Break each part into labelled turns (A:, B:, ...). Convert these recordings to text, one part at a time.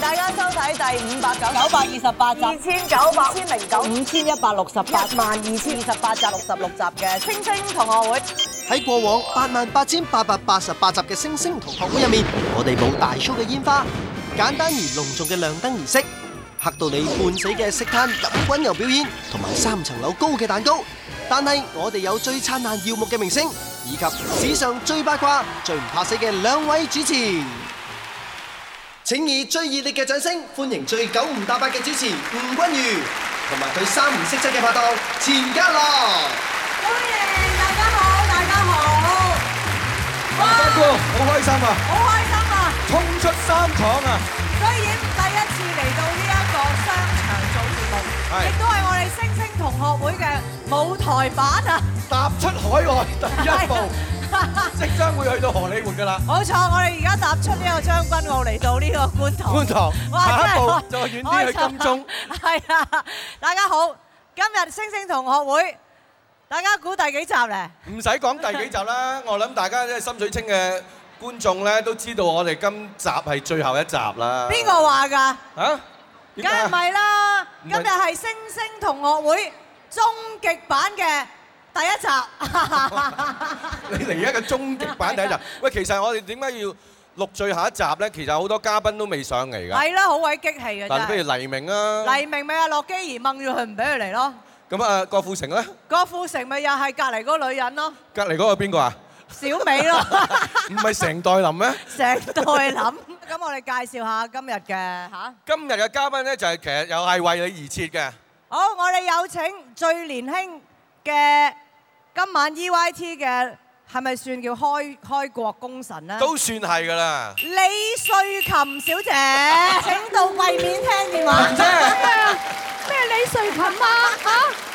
A: 大家收睇第五百九
B: 九百二十八集，
A: 二千九百千零九
B: 五千一百六十八，
A: 一萬二千二十八集六十六集嘅星星同學會，
C: 喺過往八萬八千八百八十八集嘅《星星同學會》入面，我哋冇大 show 嘅煙花，簡單而隆重嘅亮燈儀式，嚇到你半死嘅食攤飲滾油表演，同埋三層樓高嘅蛋糕。但係我哋有最燦爛耀目嘅明星，以及史上最八卦、最唔怕死嘅兩位主持。請以最熱烈嘅掌聲歡迎最九唔搭八嘅主持吳君如，同埋佢三唔識七嘅拍檔錢嘉樂。
B: 歡迎大家好，大家好，哇，
D: 德哥，好開心啊！
B: 好開心啊！
D: 衝出三廠啊！
B: 雖然第一次嚟到呢一個商場做節目，
D: 係
B: 亦都係我哋星星同學會嘅舞台版啊！
D: 踏出海外第 一步，即將會去到荷里活㗎啦！
B: 冇錯，我哋而家踏出呢個將軍澳嚟到呢個觀塘。
D: 觀塘，
B: 哇！
D: 下一步再
B: 真係
D: 遠啲去金鐘。。
B: 係啊，大家好，今日星星同學會，大家估第幾集咧？
D: 唔使講第幾集啦，我諗大家即係心水清嘅觀眾咧，都知道我哋今集係最後一集啦。
B: 邊？個話㗎？
D: 啊？點
B: 梗
D: 解
B: 係唔
D: 啊？
B: 係啦！
D: 唔係
B: 今日係星星同學會終極版嘅第一集。
D: 你嚟一個終極版 第一集。喂，其實我哋點解要錄最後一集咧？其實好多嘉賓都未上嚟㗎。
B: 係啦，好鬼激氣嘅
D: 嗱，不
B: 真
D: 如黎明啊，
B: 係。黎明咪阿洛基兒掹住佢唔俾佢嚟咯，
D: 咁啊，郭富城咧，
B: 郭富城咪又係隔離嗰個女人咯，
D: 隔離嗰個邊個啊？
B: 小美咯，
D: 唔係成代林咩？
B: 成代諗。咁我哋介紹下今日嘅嚇，
D: 今日嘅嘉賓咧就係其實又係為你而設嘅，
B: 好，我哋有請最年輕嘅今晚 EYT 嘅係咪算叫開開國功臣咧？
D: 都算係㗎啦。
B: 李瑞琴小姐，請到櫃面聽電話。
E: 咩李瑞琴啊？嚇、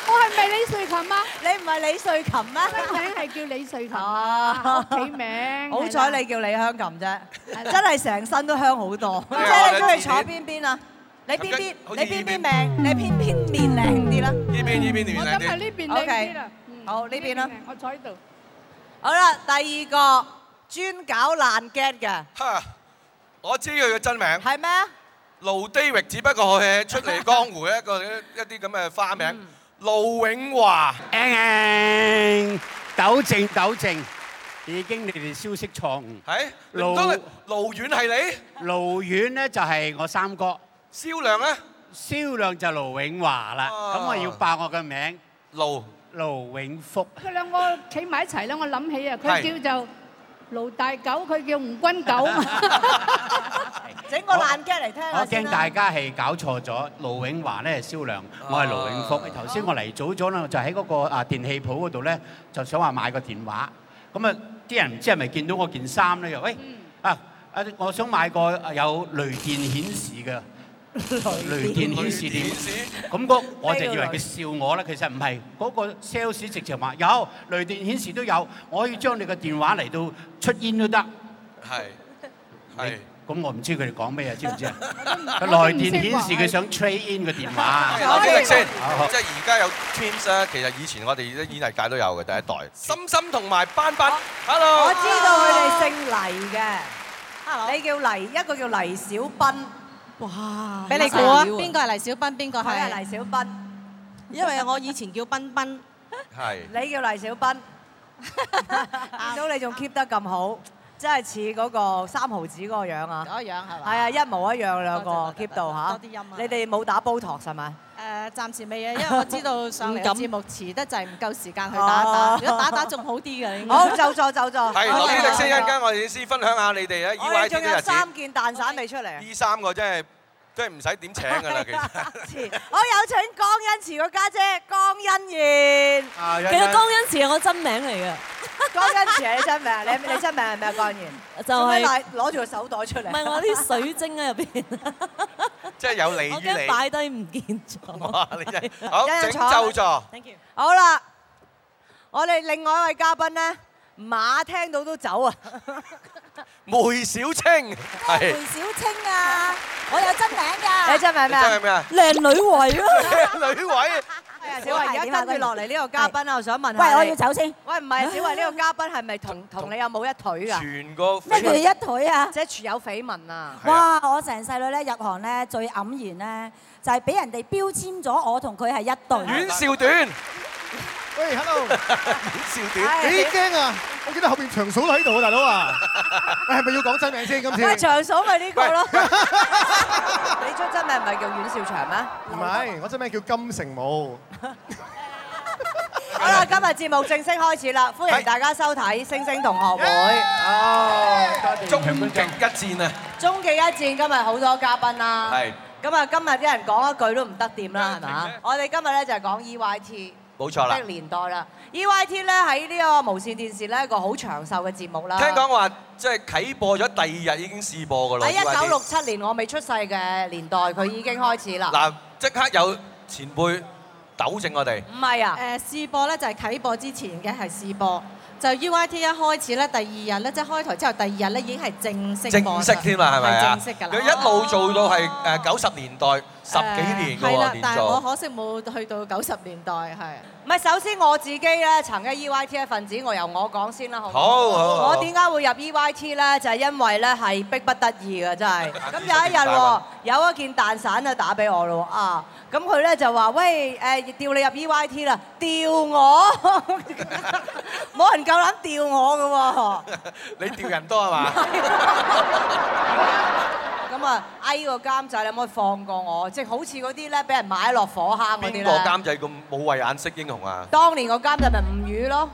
E: 我係咪李瑞琴啊？
B: 你唔係李瑞琴咩？
E: 真名係叫李瑞琴
B: 哦
E: 啊，屋企名。
B: 好彩你叫李香琴啫，
E: 係
B: 真
E: 啦
B: 係成身都香好多。即
D: 係
B: 係你
D: 我
B: 中
D: 哋
B: 意
D: 自
B: 坐
D: 戀
B: 邊邊啊？你邊邊
D: 好似
B: 你邊邊命，你偏偏面靚啲啦。
D: 呢邊呢邊點
E: 我
D: 靚
E: 咁係
D: 啲？
E: 呢邊靚啲啦
B: OK。
E: 嗯
B: 好呢邊啦。
E: 我坐喺度。
B: 好啦，第二個專搞爛 get 嘅
D: 哈！我知佢嘅真名
B: 係咩啊？
D: 盧低域，只不過佢係出嚟江湖一個 一啲咁嘅花名。盧永華，
F: 盧
D: 係唔通你盧遠係你？蕭亮咧？
F: 盧遠呢，就係我三哥，蕭亮就盧永華啦，
D: 哦。盧
F: 咁我要爆我個名，盧永福。係，
E: 佢兩個企埋一齊咧，我諗起啊，
D: 係
E: 佢叫做盧大狗，佢叫吳君狗啊嘛。
B: 整個爛 get 嚟聽下先啦。
F: 我驚大家係搞錯咗，盧永華呢係蕭亮，
D: 哦。
F: 我係盧永福。頭先我嚟早咗啦，就喺嗰個，啊，電器鋪嗰度呢，就想話買個電話。咁啊，啲人唔知係咪見到我件衫呢，就，喂，啊，啊，我想買個有雷電顯示嘅。雷電顯示點？
D: 電視
F: 咁嗰我就以為佢笑我啦，其實唔係，嗰、個 sales 直情話有雷電顯示都有，我可以將你個電話嚟到出煙都得。
D: 係係
F: 咁我唔知佢哋講咩啊，知唔知啊？
E: 我
F: 雷
E: 都唔
F: 電顯示佢
E: 識
F: 想
E: 話
F: trade in 個電話。
D: 我經歷先
F: 好好，
D: 即係而家有 Twins 啦，其實以前我哋啲演藝界都有嘅第一代。心心同埋斑斑，Hello，
B: 我知道佢哋姓黎嘅。你叫黎，一個叫黎小斌，
G: 哇！
B: 俾你估啊
G: 邊個係黎小斌？邊個
B: 佢係
G: 係
B: 黎？小斌，
G: 因為我以前叫斌斌，
D: 係。
B: 你叫黎小 斌，見到你仲 keep 得咁好，真係似嗰個三毫子嗰個樣啊！
G: 嗰樣係
B: 係
G: 嘛？
B: 啊，一模一樣兩個
G: 多謝
B: keep
G: 多謝
B: 到嚇，
G: 多啲音啊
B: 你哋冇打 Botox 係咪？
G: 誒，暫時未啊，因為我知 道上嚟
B: 唔
G: 嘅
B: 敢
G: 節目遲得滯，唔夠時間去打打。
B: 哦
G: 如果打打仲好啲嘅，應該
B: 好，就座就座。
D: 係，
B: 好
D: 留
G: 落
D: 啲
G: 啲力
D: 力先，
G: 先
D: 一陣間我哋先分享下你哋咧
B: 我哋
D: EYT
B: 仲有
D: 嘅日
B: 三
D: 子。
B: 件蛋散未出嚟啊！
D: 呢三個真係真係唔使點請㗎啦，其 實。
B: 好有請江欣慈個家姐江欣燕，
F: 啊，
H: 其實江恩慈係我真名 嚟嘅，
B: 江欣慈係你真名啊，你你真名係咩啊？江欣燕
H: 就
B: 做咩
H: 係
B: 攞攞住個手袋出
H: 唔
B: 嚟？
H: 係我啲水晶喺入邊，
D: 即係有利
H: 我
D: 於
H: 驚
D: 你。
H: 擺低唔見咗。
D: 哇！你真係好
B: 有人
D: 整
B: 坐
D: 就座，
H: Thank you。
B: 好啦，我哋另外一位嘉賓咧，馬聽到都 走啊！
D: 梅小青係。
G: 小青啊，我有真名㗎
B: 你真名
D: 你
B: 咩
D: 真
B: 啊
D: 係？咩啊？
H: 靚女位啊！
D: 女位
B: 小慧，而家跟住落嚟呢個嘉賓啊，我想問下
I: 喂，我
B: 你
I: 要走先。
B: 喂，唔係啊，小慧呢個嘉賓係咪同同你有冇一腿㗎？
D: 全個
I: 咩
D: 緋
I: 叫
D: 聞
I: 一腿啊？
B: 即係有緋聞啊！
D: 係啊
I: 哇！我成細女咧入行咧最黯然咧，就係、俾人哋標籤咗我同佢係一對。
D: 阮兆短，
J: 喂，hello，
D: 阮兆短，
J: 幾
B: 唉
J: 驚
I: à?
J: 啊！我見到後邊長嫂喺度啊，大佬啊，你係咪要講真名先今次？
B: 喂，
J: 唔
B: 長嫂咪呢個 咯。你張真名唔係叫阮兆祥咩？
J: 係，我真名叫金城武。
B: 好啦，今日節目正式開始啦，歡迎大家收睇《星星同學會》。Ờ.
D: 終極一戰啊！
B: 終極一戰，今日好多嘉賓啦。
D: 係。
B: 咁啊，今日啲人講一句都唔得掂啦，係
D: 停
B: 嘛
D: 咧？
B: 我哋今日咧就係講 E EYT
D: 冇錯啦
B: 的年代啦。EYT 咧喺呢個無線電視咧一個好長壽嘅節目啦。
D: 聽講話即係啟播咗第二日已經試播噶啦。
B: 喺一九
D: EYT
B: 六七年我未出世嘅年代，佢已經開始啦。
D: 嗱，即刻有前輩糾正我哋，
G: Ừ,
B: 唔係啊，
D: 嗯
G: 誒試播咧就係啟播之前嘅係試播，就 UIT 一開始咧，第二日咧即係開台之後，第二日咧已經係正式播
D: 正
G: 㗎
D: 式添啦，係咪啊？
G: 正式㗎啦。
D: 佢一路做到係誒九十年代十幾年㗎
G: 係
D: 喎，
G: 啦，
D: 連
G: 但係我
D: 續。
G: 可惜冇去到九十年代，係。
B: 唔係首先我自己咧曾經 EYT 一份子，我由我講先啦，好唔
D: 好好好好
B: 我點解會入 E EYT 咧？就係因為咧係逼不得已嘅，真 係。咁有一日喎，有一件蛋散就打俾我咯喎啊！咁佢咧就話：喂誒，調你入 EYT 啦，調我， 冇人夠膽調我嘅喎。
D: 你調人多係嘛？
B: 咁啊，哎個監製，你可唔可以放過我？即係好似嗰啲咧，俾人買落火坑嗰啲咧。
D: 邊個監製咁冇慧眼識英雄啊？
B: 當年個監製咪吳宇咯，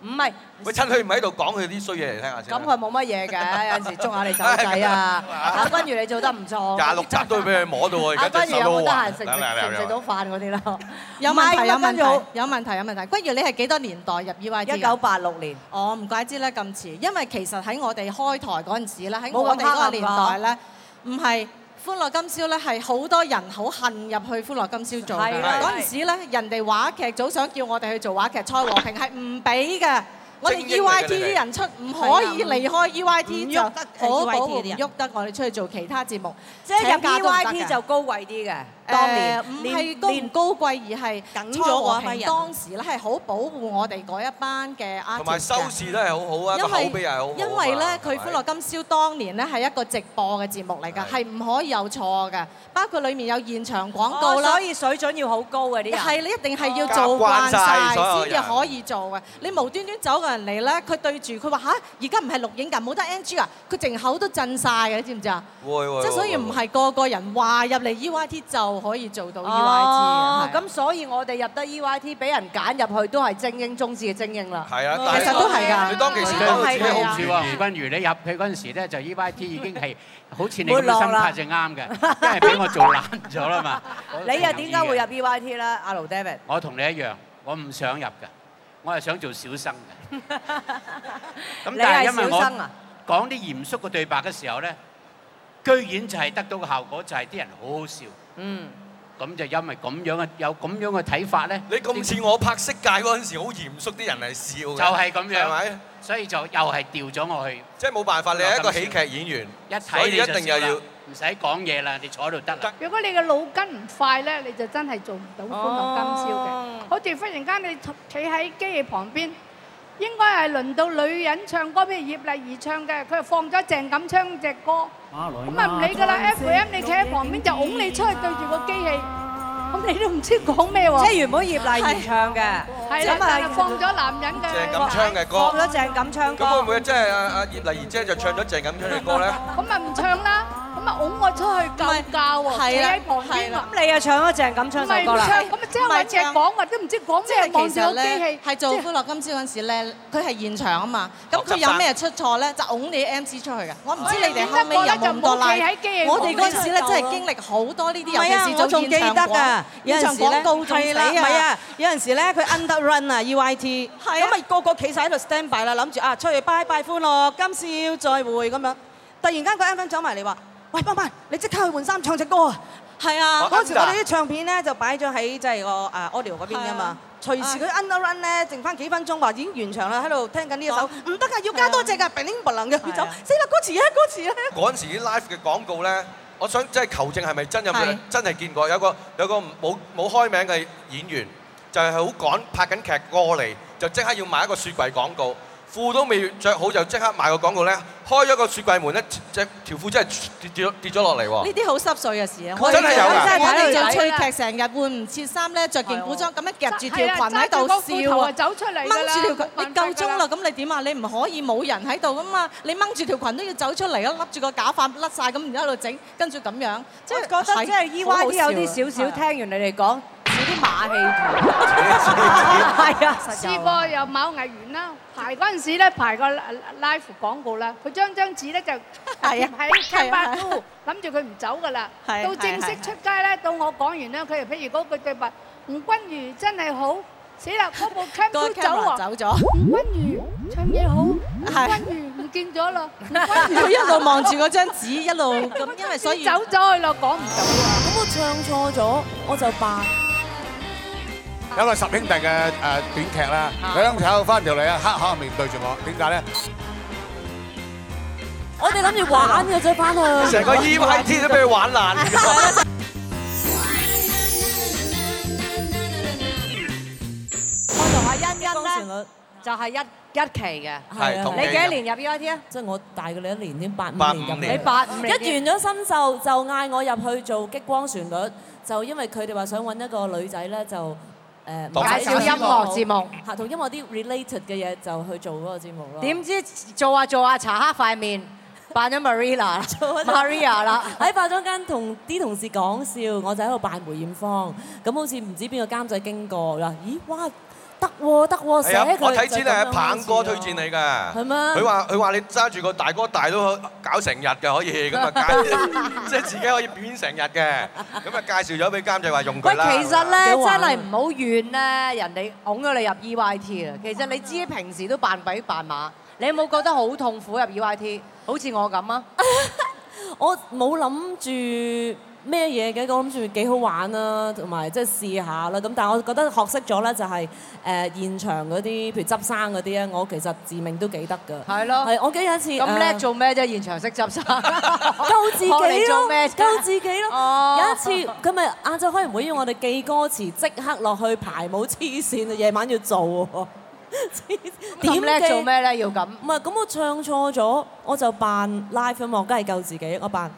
B: 唔係。
D: 喂，趁佢唔喺度講佢啲衰嘢嚟聽下先
B: 咁
D: 啦。
B: 佢冇乜嘢 嘅，有陣時捉下你手仔啊！阿君如你做得唔錯，
D: 廿六集都要俾佢摸到喎，
B: 阿
D: 而家隻
B: 君如
D: 手
B: 有冇
D: 都
B: 得
D: 滑
B: 閒食食食唔食到飯嗰啲啦？
G: 有問題，有問題
B: 題，，
G: 有問題，有問題。不如你係幾多年代入 EYT 㗎
B: 一九八六年，
G: 我唔怪之咧咁遲，因為其實喺我哋開台嗰陣時咧，喺
B: 冇咁
G: 我哋嗰個
B: 黑
G: 年
B: 暗㗎
G: 代咧，唔係。歡樂今宵咧係好多人好恨入去歡樂今宵做
B: 係
G: 嘅，
B: 啊
G: 嗰陣時咧人哋話劇組想叫我哋去做話劇賽和平係唔俾嘅，我哋
D: 精英嚟嘅
G: EYT
D: 你哋
G: 啲人出唔可以離開
B: 唔
G: EYT 就
B: 喐得
G: 好保
B: EYT
G: 啊護唔
B: 啲人
G: 喐得，我哋出去做其他節目，
B: 即係
G: 請假都唔
B: 入
G: 得㗎
B: EYT 就高貴啲嘅，當
G: 當
B: 年
G: 年 Ờ, 唔係高唔高貴，而係
H: 梗
G: 蔡
H: 咗
G: 和
H: 嗰一批
G: 平
H: 人
G: 當時咧係好保護我哋嗰一班嘅 artist
D: 同埋收
G: 嘅
D: 視都係好好啊，個
G: 因
D: 口碑
G: 為
D: 又係好好啊嘛。
G: 因為咧，佢《
D: 係咪
G: 歡樂今宵》當年咧係一個直播嘅節目嚟㗎，
D: 係
G: 係唔可以有錯嘅，包括裡面有現場廣告
B: 哦
G: 啦
B: 所。以水準要好高嘅啲人。
G: 係你一定係要
D: 哦
G: 做慣
D: 習慣晒所有
G: 晒
D: 人
G: 先至可以做嘅。你無端端走個人嚟咧，佢對住佢話吓，而家唔係錄影㗎，冇得 NG 啊！佢淨口都震晒嘅，你知唔知啊？
D: 會會，
G: 即係所以唔
D: 會
G: 係個個人話入嚟 EYT 就可以做到 E EYT
B: 哦
G: 嘅。係
B: 咁所以我哋入得 EYT，俾人揀入去都係精英中之嘅精英啦。
D: 係啊，但
G: 其實都係㗎
D: 你當其時
B: 都
D: 都
B: 係
D: 自己好
B: 啊
F: 似
D: 自
F: 喎，
D: 然
F: 余君如你入去嗰陣時咧，就 EYT 已經係好似你
B: 沒
F: 咁
B: 落
F: 嘅心
B: 啦
F: 態就啱嘅，因為俾我做爛咗啦嘛。
B: 你又點解會入？EYT 咧？阿盧 David，
F: 我同你一樣，我唔想入嘅，我係想做小生嘅。咁
B: 你
F: 但係
B: 係
F: 因為
B: 小生
F: 我
B: 啊？
F: 講啲嚴肅嘅對白嘅時候咧，居然就係得到嘅效果就係啲人好好笑。
B: 嗯，
F: 咁就因為咁樣嘅有咁樣嘅睇法咧，
D: 你咁似我拍色戒嗰陣時，好嚴肅啲人嚟笑嘅，
F: 就係咁
D: 係
F: 樣，
D: 咪？
F: 所以就又係調咗我去。
D: 即係冇辦法，你係一個喜劇演員，
F: 一
D: 所
F: 睇
D: 以
F: 你
D: 一
F: 就
D: 定又
F: 笑
D: 要
F: 啦。唔使講嘢啦，你坐喺度得啦。
E: 如果你嘅腦筋唔快咧，你就真係做唔到歡樂今宵嘅。
B: 哦
E: 好似忽然間你企喺機器旁邊，應該係輪到女人唱歌，譬如葉麗儀唱嘅，佢就放咗鄭錦昌只歌，咁啊唔理㗎啦。FM 你企喺旁邊就拱你出去對住個機器，咁你都唔知講咩
B: 即係
E: 喎。
B: 原本葉麗儀唱嘅，
E: 係啦，
B: 咁
E: 但係
B: 啊
E: 放咗男人
D: 鄭
E: 嘅，
D: 錦昌嘅
B: 放
D: 歌。
B: 咗鄭錦昌
D: 咁會唔
B: 歌。
D: 會即係阿阿葉麗儀姐就唱咗鄭錦昌嘅歌咧？
E: 咁咪唔唱啦，咁咪拱我出去救教
G: 唔
E: 喎，
G: 係
E: 企
G: 係啦
E: 喺旁邊
G: 係
E: 喎
G: 啦。
B: 咁你又唱咗鄭錦
E: 唔係
B: 昌首
E: 唔
B: 歌啦。
E: 唱，咁啊即係揾嘢講，我都唔知講
G: 即
E: 咩，
G: 係
E: 望
G: 其
E: 住個
G: 實
E: 機
G: 咧
E: 器，
G: 係做
E: 即係
G: 歡樂今宵嗰陣時咧，佢係現場啊嘛，咁
D: 學
G: 佢
D: 習
G: 有
D: 生
G: 咩出錯咧，就拱你 MC 出去嘅。我唔知你哋
E: 我哋
G: 後尾有冇咁多拉
E: 就冇企喺機器，旁邊
G: 我哋嗰陣時咧真係經歷好多呢啲，
H: 唔係啊
G: 尤其是做
H: 我仲
G: 現場
H: 記得
G: 廣
H: 㗎有
G: 現
H: 陣
G: 場
H: 時咧
G: 廣告仲
H: 係
G: 死
H: 啦唔係
G: 啊！
H: 啊，有陣時咧佢 underrun 啊 EYT，
G: 係啊
H: 咁咪個個企晒喺度 stand by 啦，諗住啊出去拜拜歡樂，今宵再會咁樣。突然間個 M 走埋嚟話：喂，班班，你即刻去換衫唱只歌啊！係啊，
D: 我
H: 嗰時我哋啲唱片咧就擺咗喺即係個誒 audio 嗰邊㗎
G: 係
H: 嘛
G: 啊。
H: 隨時佢 underrun 咧，剩翻幾分鐘話已經完場啦，喺度聽緊呢一首，唔得㗎，要加多隻㗎，並拎不能嘅，佢走，死啦歌詞咧，歌詞咧。
D: 嗰陣時啲 live 嘅廣告咧，我想即係求證係咪真有冇
G: 係
D: 真係見過有個有個冇冇開名嘅演員，就係好趕拍緊劇過嚟，就即刻要買一個雪櫃廣告。褲都未着好就即刻買個廣告咧，開咗個雪櫃門咧，只條褲真係跌跌咗跌咗落嚟喎。
G: 呢啲好濕碎嘅事啊！
D: 真係有㗎
G: 真係睇到做
E: 我哋
G: 吹
E: 有
G: 劇，成日換唔切衫咧，着件古裝咁樣夾住條
E: 係啊
G: 裙喺度
E: 揸住個褲
G: 笑
E: 頭
G: 啊，
E: 就走出嚟㗎啦
G: 掹住條裙，你
E: 冇辦法㗎啦
G: 夠鐘啦，咁你點啊？你唔可以冇人喺度噶嘛？你掹住條裙都要走出嚟啊！笠住個假髮甩晒咁，然之後喺度整，跟住咁樣，即係
B: 覺得即係 E Y D 有啲少少聽完你哋講，似啲馬戲 團。係啊，實
E: 試
B: 有
E: 過有某藝員啦，排嗰陣時咧排個 live 廣告啦，佢將張紙咧就
G: 係
E: 貼喺 c a m 諗住佢唔走噶啦。
G: 係
E: 到正式出街咧，到我講完咧，佢哋譬如嗰句對白，吳君如真係好，死啦！嗰部 c a m
G: 個
E: p 走
G: camera
E: 喎，
G: 走咗，
E: 吳君如唱嘢好，
G: 係
E: 吳君如唔見咗啦，吳君如
G: 佢一路望住嗰張紙，一路咁，因為 所以
E: 走咗去咯，講唔到啊！
H: 咁我唱錯咗，我就扮。
K: 有個十兄弟嘅誒短劇啦，兩手翻條嚟啊，黑口面對住我，點解咧？
H: 我哋諗住玩嘅啫，翻去。
D: 成個 EYT 都俾佢玩爛 咗。
B: 我同阿欣欣咧就係一一期嘅。
D: 係同
B: 你幾
D: 期
B: 多
D: 嘅
B: 年入 E Y T 啊？
H: 即係我大佢你一年添，八五
D: 八
H: 年
D: 五
H: 入
D: 年
H: 嚟。
B: 你八五年
H: 一完咗新秀就嗌我入去做激光旋律，就因為佢哋話想揾一個女仔咧就誒、唔
D: 當
H: 使
B: 介紹音樂節目
H: 嚇同音樂啲 related 嘅嘢就去做嗰個節目咯。
B: 點知做下做下搽黑塊面，扮咗 Maria 啦，Maria 啦。
H: 喺化妝間同啲同事講笑，我就喺度扮梅艷芳，咁好似唔知邊個監製經過啦，咦哇得喎得喎
D: 係
H: 寫
D: 啊
H: 佢，，
D: 我睇
H: 就
D: 資
H: 咁
D: 料
H: 樣
D: 係
H: 開
D: 棒
H: 始
D: 哥
H: 咯
D: 推薦你㗎。
H: 係咩
D: 佢話佢話你揸住個大哥大都搞成日嘅，可以咁啊介，即係自己可以表演成日嘅。咁啊介紹咗俾監製話用
B: 喂，
D: 佢啦。
B: 其實咧
H: 幾好玩
B: 真
H: 啊
B: 係唔好怨咧，人哋拱咗你入 EYT 啦。其實你知平時都扮鬼扮馬，你有冇覺得好痛苦入 EYT？好似我咁啊，
H: 我冇諗住咩嘢嘅，我諗住幾好玩啦，同埋即係試下啦。咁但係我覺得學識咗咧就係、誒、現場嗰啲，譬如執生嗰啲咧，我其實自命都幾得㗎。
B: 係咯
H: 係我記得有一次
B: 咁叻
H: 誒
B: 做咩啫？現場識執生，
H: 救自己
B: 學嚟做
H: 咯
B: 咩，啫
H: 救自己
B: 哦
H: 咯。有一次佢咪晏晝開完會要我哋記歌詞，即刻落去排舞黐線啊！夜晚要做喎，黐
B: 咁
H: 點
B: 叻
H: 記
B: 做咩咧？要咁
H: 唔係，咁我唱錯咗，我就扮 live 音樂，梗係救自己，我扮。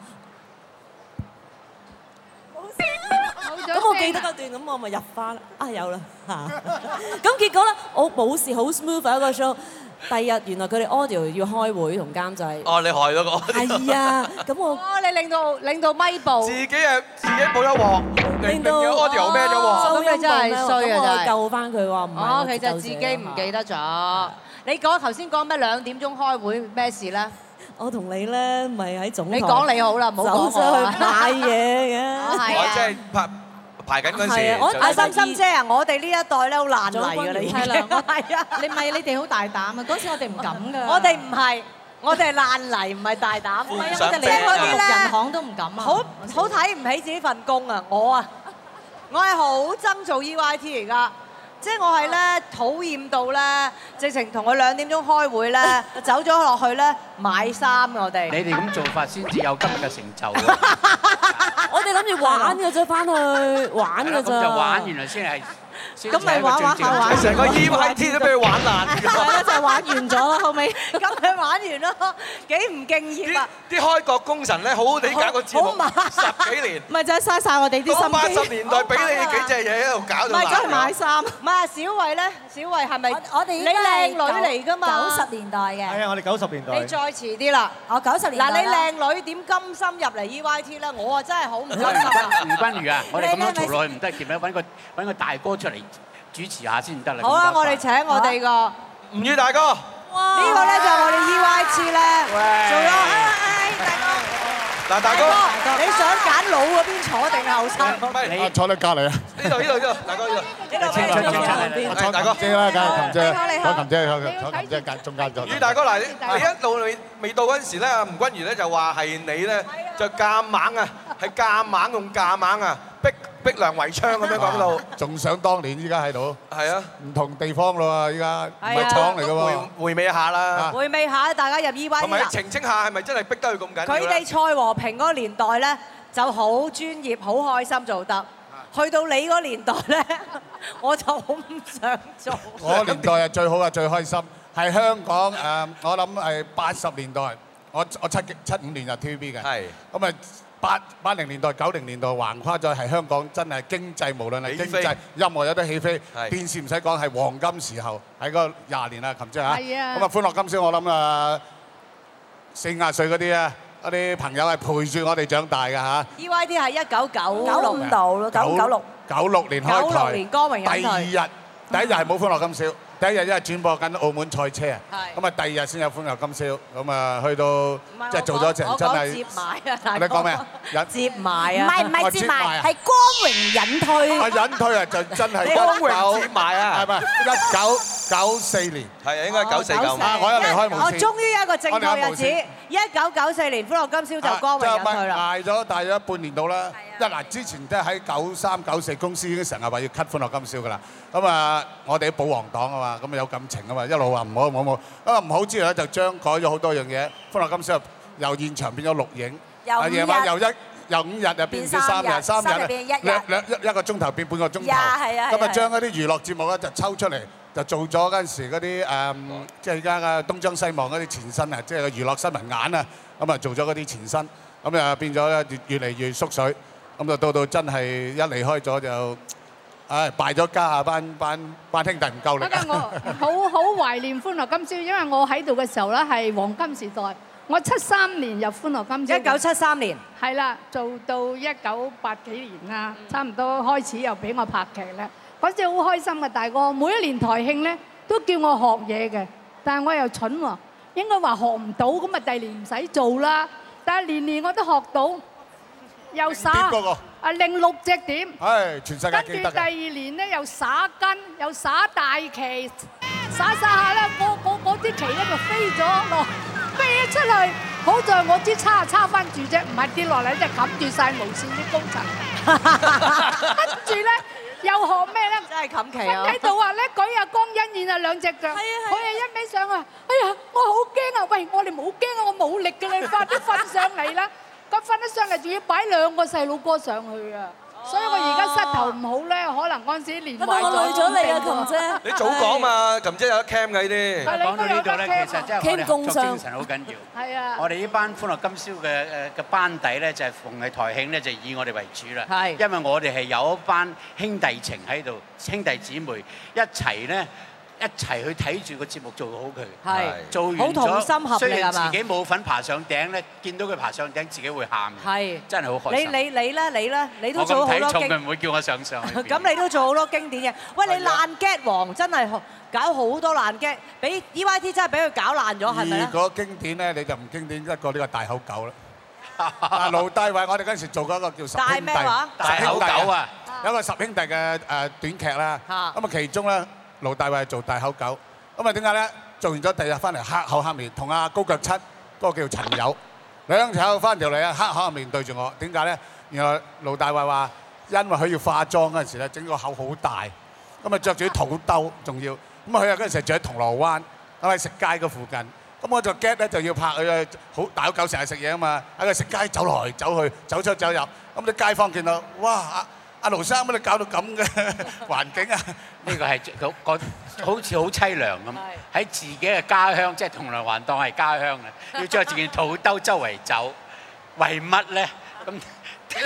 H: 咁我記得嗰段，咁我咪入翻啦。 啊，有啦嚇。咁結果咧，我冇事，好 smooth 啊個 show。第二日原來佢哋 audio 要開會同監製。
D: 哦，你害咗我。
H: 係 啊，咁我
B: 哦，你令到令到咪
D: 自
B: 部，
D: 己誒自己冇一鑊，令
H: 令
D: 令
H: 到
D: 嘅 audio 咩咗喎？
H: 收
B: 咁你真係
H: 音
B: 衰啊
H: 咁我
B: 真係
H: 救翻佢話唔係。
B: 哦，其實自己唔記
H: 得。
B: 得咗。
H: 啊
B: 你講頭先講咩兩點鐘開會咩事咧？
H: 我同你咧，咪喺總台
B: 你講你好啦，唔好
H: 走
B: 講我
H: 咗
B: 啊
H: 去買嘢
B: 哦
H: 嘅。
B: 係
D: 我
B: 啊
D: 即係拍排緊嗰陣
H: 係啊我
D: 時就
H: 我
B: 阿
D: 已經。
B: 心心姐啊，我哋呢一代咧好爛
H: 咗
B: 泥㗎，你已經
H: 係啦我
B: 係啊。
G: 你咪你哋好大膽啊！嗰時我哋唔敢㗎，
B: 我哋唔係，我哋係爛泥，唔係大膽。
D: 唔
G: 唔係啊，
D: 想
G: 我哋
D: 俾人
G: 連嗰
D: 做
G: 啲人行都唔敢啊！
B: 好好睇唔起自己份工啊！我啊，我係好憎做 EYT 而家。即係我係咧討厭到咧，直情同佢兩點鐘開會咧，走咗落去咧買衫我哋。
F: 你哋咁做法先至有今日嘅成 就啊！
H: 我哋諗住玩嘅啫，翻去玩
F: 係
H: 嘅
F: 啦咁
H: 啫。
F: 就玩，原來先係先
G: 咁咪
F: 係一個
G: 玩
F: 最
G: 玩下
F: 正
G: 玩
D: 你成個 EYT 都俾佢玩爛
G: 係
D: 咗。
G: 啦，就係玩完咗啦，後尾。
B: 咁佢玩完咯，幾唔敬業
D: 啲
B: 啊！
D: 啲開國功臣咧，好好地揀個節
B: 好
D: 目
B: 好慢，
D: 十幾年。
G: 咪就係嘥晒我哋啲
D: 到八
G: 心
D: 十
G: 機。
D: 年代俾你幾隻嘢喺度搞到
G: 咪走去
D: 爛
G: 買
D: 咗。
G: 衫。
B: 唔係啊，小慧咧，小慧係咪？
I: 我我哋
B: 你
I: 應
B: 靚
I: 該係
B: 女嚟㗎嘛？
I: 九十年代嘅，
J: 係啊，我哋九十年代
B: 你。再遲啲啦。
I: 我九十年
B: 嗱，
I: 代
B: 你
I: 啦。
B: 靚女點甘心入嚟 EYT 咧？我啊真係好唔甘心啊！
F: 吳君如啊，我哋咁樣做落去唔得，點咧？揾個揾個大哥出嚟主持下先得啦。
B: 好啊，
F: 咁搞法
B: 我哋請我哋個呢
D: 吳宇大哥，
B: 個咧就係我哋 EYT 咧
F: 喂
B: 做咗。哎大哥
D: 嗱大哥，
B: 大哥，你想揀老嗰邊坐定後生？
D: 唔係
K: 啊，坐你隔離啊，
D: 呢度呢度呢度，大哥呢度，
B: 呢度
F: 請
B: 俾
F: 請請
B: 你坐
F: 請
K: 啊
D: 係哎大哥
K: 坐。琴姐啦，梗
E: 哎
K: 係琴姐，
E: 你
K: 坐琴姐，坐琴坐
E: 好
K: 琴姐間中間坐。
D: 宇大哥嗱，你一路未未到嗰陣時咧，吳君如咧就話係你咧就夾硬啊，係夾硬用夾硬啊，逼逼梁為昌咁樣講到，
K: 仲想當年，依家喺度
D: 係啊，
K: 唔同地方咯喎，依家唔
B: 係啊
K: 係廠嚟嘅喎。
D: 回回味下啦，
B: 回味下大家入 EYT
D: 同埋
B: 啦。
D: 澄清下係咪真係逼得佢咁緊要
B: 佢
D: 咧
B: 哋？蔡和平嗰個年代咧就好專業，好開心做得。去到你嗰年代咧， 我就好唔想做。
K: 我 年代啊最好啊最開心，係香港誒、呃我諗係八十年代，我我七七五年入 TVB 嘅，係咁啊八八零年代九零年代橫跨咗係香港真係經濟，無論係經濟、音樂有得起飛，電視唔使講係黃金時候，喺嗰廿年啦，琴姐嚇，
E: 係啊
K: 咁啊歡樂今宵我諗啊四廿歲嗰啲啊。嗰啲朋友係陪住我哋長大嘅嚇，
B: EYT E 係一九九
I: 九
B: 六
I: 五度咯，九九六。
K: 九六年開台，
B: 96年光榮引退
K: 第二日第一日係冇歡樂今宵，第一日因為轉播緊澳門賽車啊，咁啊第二日先有歡樂今宵，咁啊去到即係做咗成真係，
B: 接埋啊！大
K: 你
B: 哥
K: 講咩啊？引
B: 接埋
I: 唔
B: 啊！
I: 係唔係接埋，係光榮引退。
K: 啊引退啊就真係
I: 你好榮
K: 19
I: 接
D: 埋啊
K: 係咪一九九四年？
D: 係啊，應該九四九五。
K: 啊我又離開無
B: 我
K: 線，
B: 終於有一個正確日子，一九九四年《歡樂今
K: À,
B: 宵》就光榮引退啦。
K: 啊即係咪捱咗大約半年到啦。一嗱，之前即係喺九三九四公司已經成日話要 cut 歡樂今宵噶啦。咁啊，我哋啲保皇黨啊嘛，咁啊有感情啊嘛，一路話唔好唔好唔好。咁啊唔好之後咧，就將改咗好多樣嘢。歡樂今宵由現場變咗錄影，
I: 由
K: 啊
I: 五
K: 夜晚
I: 日
K: 由一。由五日啊變咗三日，
I: 變
K: 三
I: 三
K: 日
I: 日三日變一日
K: 兩兩一一個鐘頭變半個鐘頭，
I: 呀係啊係啊
K: 咁
I: 係
K: 啊
I: 啊
K: 將嗰啲娛樂節目咧就抽出嚟，就做咗嗰陣時嗰啲誒，即係而家嘅東張西望嗰啲前身啊，即係個娛樂新聞眼啊，咁啊做咗嗰啲前身，咁啊變咗咧越越嚟越縮水，咁就到到真係一離開咗就，唉敗咗家啊班班班兄弟唔夠力啊，
E: 好好懷念歡樂今宵，因為我喺度嘅時候咧係黃金時代，我七三年入歡樂今宵，
B: 1973年
E: 係啦，做到一九八幾年啦，差唔多開始又俾我拍劇啦。嗰時好開心嘅，大哥，每一年台慶咧都叫我學嘢嘅，但係我又蠢喎，應該話學唔到，咁啊第二年唔使做啦。但係年年我都學到，又耍
K: 點嗰個
E: 啊零六隻點。
K: 唉全世界
E: 跟住
K: 記
E: 第
K: 得
E: 二
K: 嘅，
E: 年咧又耍筋，又耍大旗，耍耍下咧，嗰嗰嗰啲旗咧就飛咗落，飛咗出去。好在我支叉叉翻住啫，唔係跌落嚟就冚住晒無線啲高層。 跟住咧又學咩咧？
B: 真係冚旗
E: 瞓
B: 啊
E: 喺度啊咧，舉啊江欣燕啊兩隻腳，佢啊一味上去。哎呀，我好驚啊！喂，我哋冇驚啊，我冇力㗎啦，你快啲瞓上嚟 啦！佢瞓得上嚟，仲要擺兩個細路哥上去啊！所以我而家膝頭唔好咧，可能嗰陣時連
H: 係咪我累咗你啊琴姐
D: 你早講嘛，琴姐有得 cam 嘅
E: 係
D: 呢啲。
E: 你
F: 講到呢度咧，其實真係我哋合作精神好緊要。
E: 係啊，
F: 我哋呢班歡樂今宵嘅誒嘅班底咧，就係逢係台慶咧，就以我哋為主啦。係，因為我哋係有一班兄弟情喺度，兄弟姊妹一齊咧。一齊去睇住個節目做好佢，
B: 係
F: 做完
B: 好同心合
F: 咗，
B: 力
F: 雖然
B: 係嘛
F: 自己冇份爬上頂咧，見到佢爬上頂，自己會喊，
B: 係
F: 真係好開
B: 你
F: 心。
B: 你你咧，你咧，你都
F: 我咁
B: 做咗好
F: 體
B: 多
F: 重，
B: 經
F: 佢。唔會叫我上上去邊。
B: 咁你都做好多經典嘅，喂你爛 get 王真係搞好多爛 get，俾 EYT 真係俾佢搞爛咗，係咪咧
K: 如？果經典咧你就唔經典一個呢個大口 狗啦。啊，盧大偉，我哋嗰陣時做過一個叫十
B: 大
K: 兄弟
B: 咩話，
K: 十兄弟
F: 大口狗啊，
K: 有一個十兄弟嘅誒短劇啦。
B: 啊
K: 咁啊，其中咧盧大偉做大口狗，咁啊點解咧？做完咗第二日翻嚟黑口黑面，同阿高腳七嗰個叫陳友兩條友翻條嚟啊，黑口黑面對住我，點解咧？原來盧大偉話，因為佢要化妝嗰陣時咧，整個口好大，咁啊着住啲肚兜，仲要咁啊佢啊嗰陣時住喺銅鑼灣，咁喺食街嗰附近。咁我就 get 咧就要拍佢啊，好大口狗成日食嘢啊嘛，喺佢食街走來走去，走出走入，咁啲街坊見到，哇！阿阿盧生乜你搞到咁嘅環境 啊？
F: 呢個係嗰嗰好似好凄涼咁，喺自己嘅家鄉，即係銅鑼灣當係家鄉嘅，要着住件肚兜周圍走，為乜咧？咁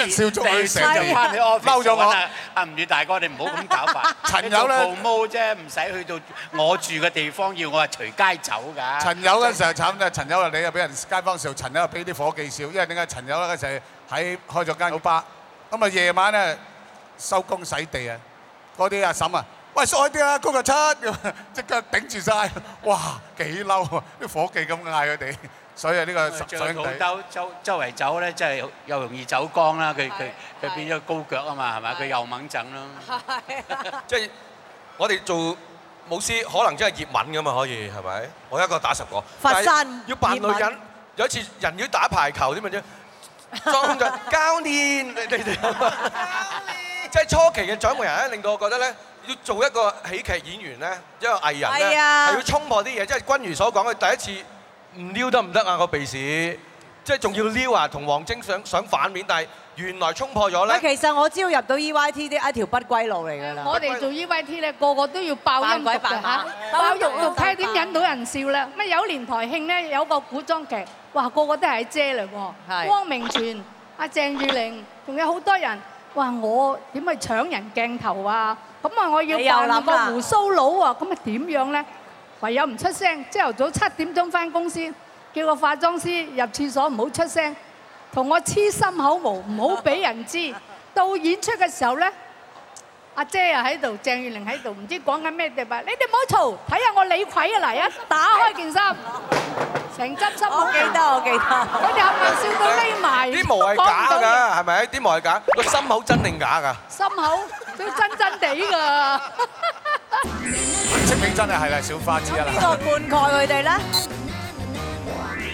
K: 笑足佢成
F: 就翻去 office "À,
K: 嬲咗我
F: 揾阿阿吳宇大哥，你唔好咁搞法。
K: 陳友呢
F: 你做 promo 啫，唔使去到我住嘅地方，要我係隨街走㗎。
K: 陳友嗰陣時候慘啦，陳友啊你又俾人街坊笑，陳友又俾啲伙計笑，因為點解陳友嗰陣時候喺開咗間酒吧，咁啊夜晚咧收工洗地啊，嗰啲阿嬸啊，喂衰啲啊，高個七咁，即刻頂住晒， 哇幾嬲啊！啲伙計咁嗌佢哋， 所以呢個十
F: 着
K: 水兄
F: 肚
K: 弟。
F: 兜周周圍走咧，真係又容易走光啦。佢佢佢變咗高腳啊嘛，係咪？佢又猛整咯。
D: 即係我哋做舞獅，可能真係葉問噶嘛，可以係咪？我一個打十個。
B: 佛山
D: 但係要扮女
B: 葉問
D: 人，有一次人妖打排球添啊啫，裝咗教練，你你哋 即係初期嘅掌門人咧，令到我覺得咧。要做一個喜劇演員咧，一個藝人咧，
B: 係啊
D: 係要衝破啲嘢。即係君如所講，佢第一次 à, 唔撩得唔得啊個鼻屎，即係仲要撩啊，同王晶想想反面，但係原來衝破咗
B: 喂，
D: 咧。
B: 其實我知道入到 EYT 啲一條不歸路嚟㗎啦。
E: 我哋做 EYT 咧，個個都要爆音
B: 扮鬼
E: 讀
B: 扮
E: 嘅
B: 馬
E: 嚇，
B: 爆
E: 爆
B: 音
E: 音
B: 讀
E: 讀睇點引到人笑咧？乜有年台慶咧，有個古裝劇，哇，個個都係姐嚟
B: 係
E: 喎，汪明荃、阿鄭裕玲，仲有好多人。哇！我點去搶人鏡頭啊？咁啊，我
B: 你
E: 要
B: 又
E: 扮
B: 諗
E: 個
B: 啦
E: 胡鬚佬啊！咁啊點樣咧？唯有唔出聲。朝頭早七點鐘翻公司，叫個化妝師入廁所唔好出聲，同我黐心口毛，唔好俾人知。到演出嘅時候咧。阿姐又喺度，鄭月玲喺度，唔知講緊咩對白。你哋唔好嘈，睇下我李逵啊嚟啊！打開件衫，成執心我記得，我記得。我哋合埋笑到匿埋，
D: 啲毛係
E: 都講唔
D: 假
E: 到嘢
D: 㗎，係咪？啲毛係假，個心口真定假㗎？
E: 心口都真真地㗎。
F: 戚炳真係係啦，小花之一啦。
B: 邊個灌溉佢哋咧？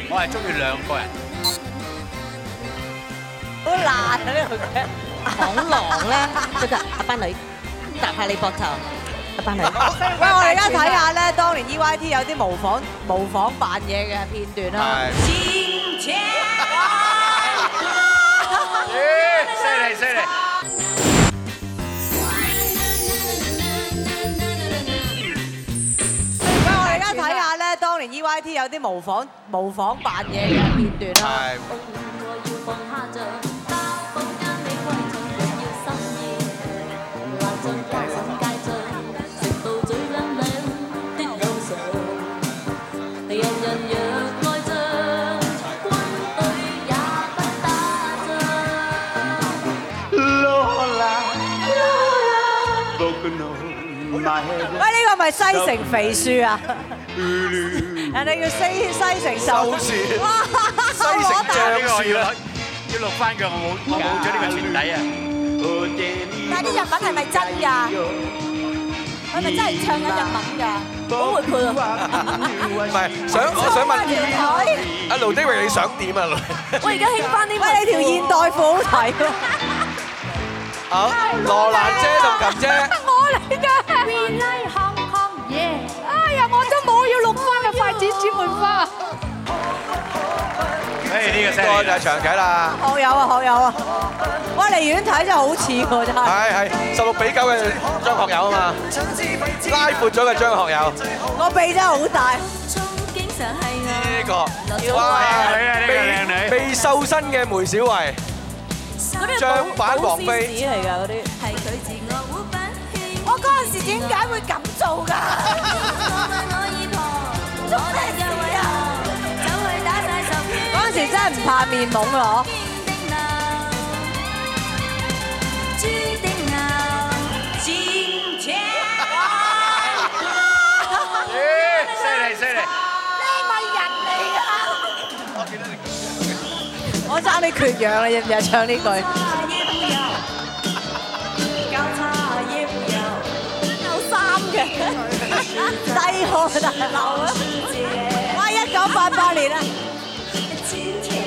F: 我係鍾意兩個人。
B: 好爛啊呢個劇。
L: 講狼咧，佢就阿班女搭下你膊頭，阿班女。
B: 喂，我哋而家睇下咧，當年 EYT 有啲模仿模仿扮嘢嘅片段啦。
L: 今天
F: 咦，犀利，犀利。
B: 喂，我哋而家睇下咧，當年 EYT 有啲模仿模仿扮嘢嘅片段啦。喂，呢個係咪西城肥樹啊？人哋叫西西城秀
F: 樹
B: 哇！我打
F: 呢個我要錄-要錄返佢，我冇-我冇咗呢個前底啊。
I: 但係啲日文係咪真㗎？佢咪真係唱緊日文㗎？好活潑啊！
D: 唔係，想我想問
I: 條腿
D: 阿盧迪榮，你想點啊？
I: 我而家興翻呢
B: 喂，你條現代褲好睇喎。
D: 好，羅蘭姐同琴姐。
E: 我嚟㗎。We like Hong Kong, yeah！哎呀，我都冇要錄翻嘅筷子姊妹花。
F: 哎，呢個犀利啦。
D: 呢個就係長計啦。
B: 學友啊，學友啊！哇，離遠睇真係好似喎，真係。
D: 係係，十六比九嘅張學友啊嘛，拉闊咗嘅張學友。
B: 個鼻真係好大。
D: 呢個，
B: 哇
L: 靚
D: 被被瘦身嘅梅小慧，張版王妃。
I: 嚟㗎嗰啲，係佢自我我嗰陣時點解會咁做㗎？做咩事啊？
B: 嗰陣時真係唔怕面懵啊咯。
F: 咦，犀利，犀利。
B: 我爭啲缺氧啦，日日啊唱呢句。
L: 有三嘅，
B: 低我大佬啊！哇，一九八八年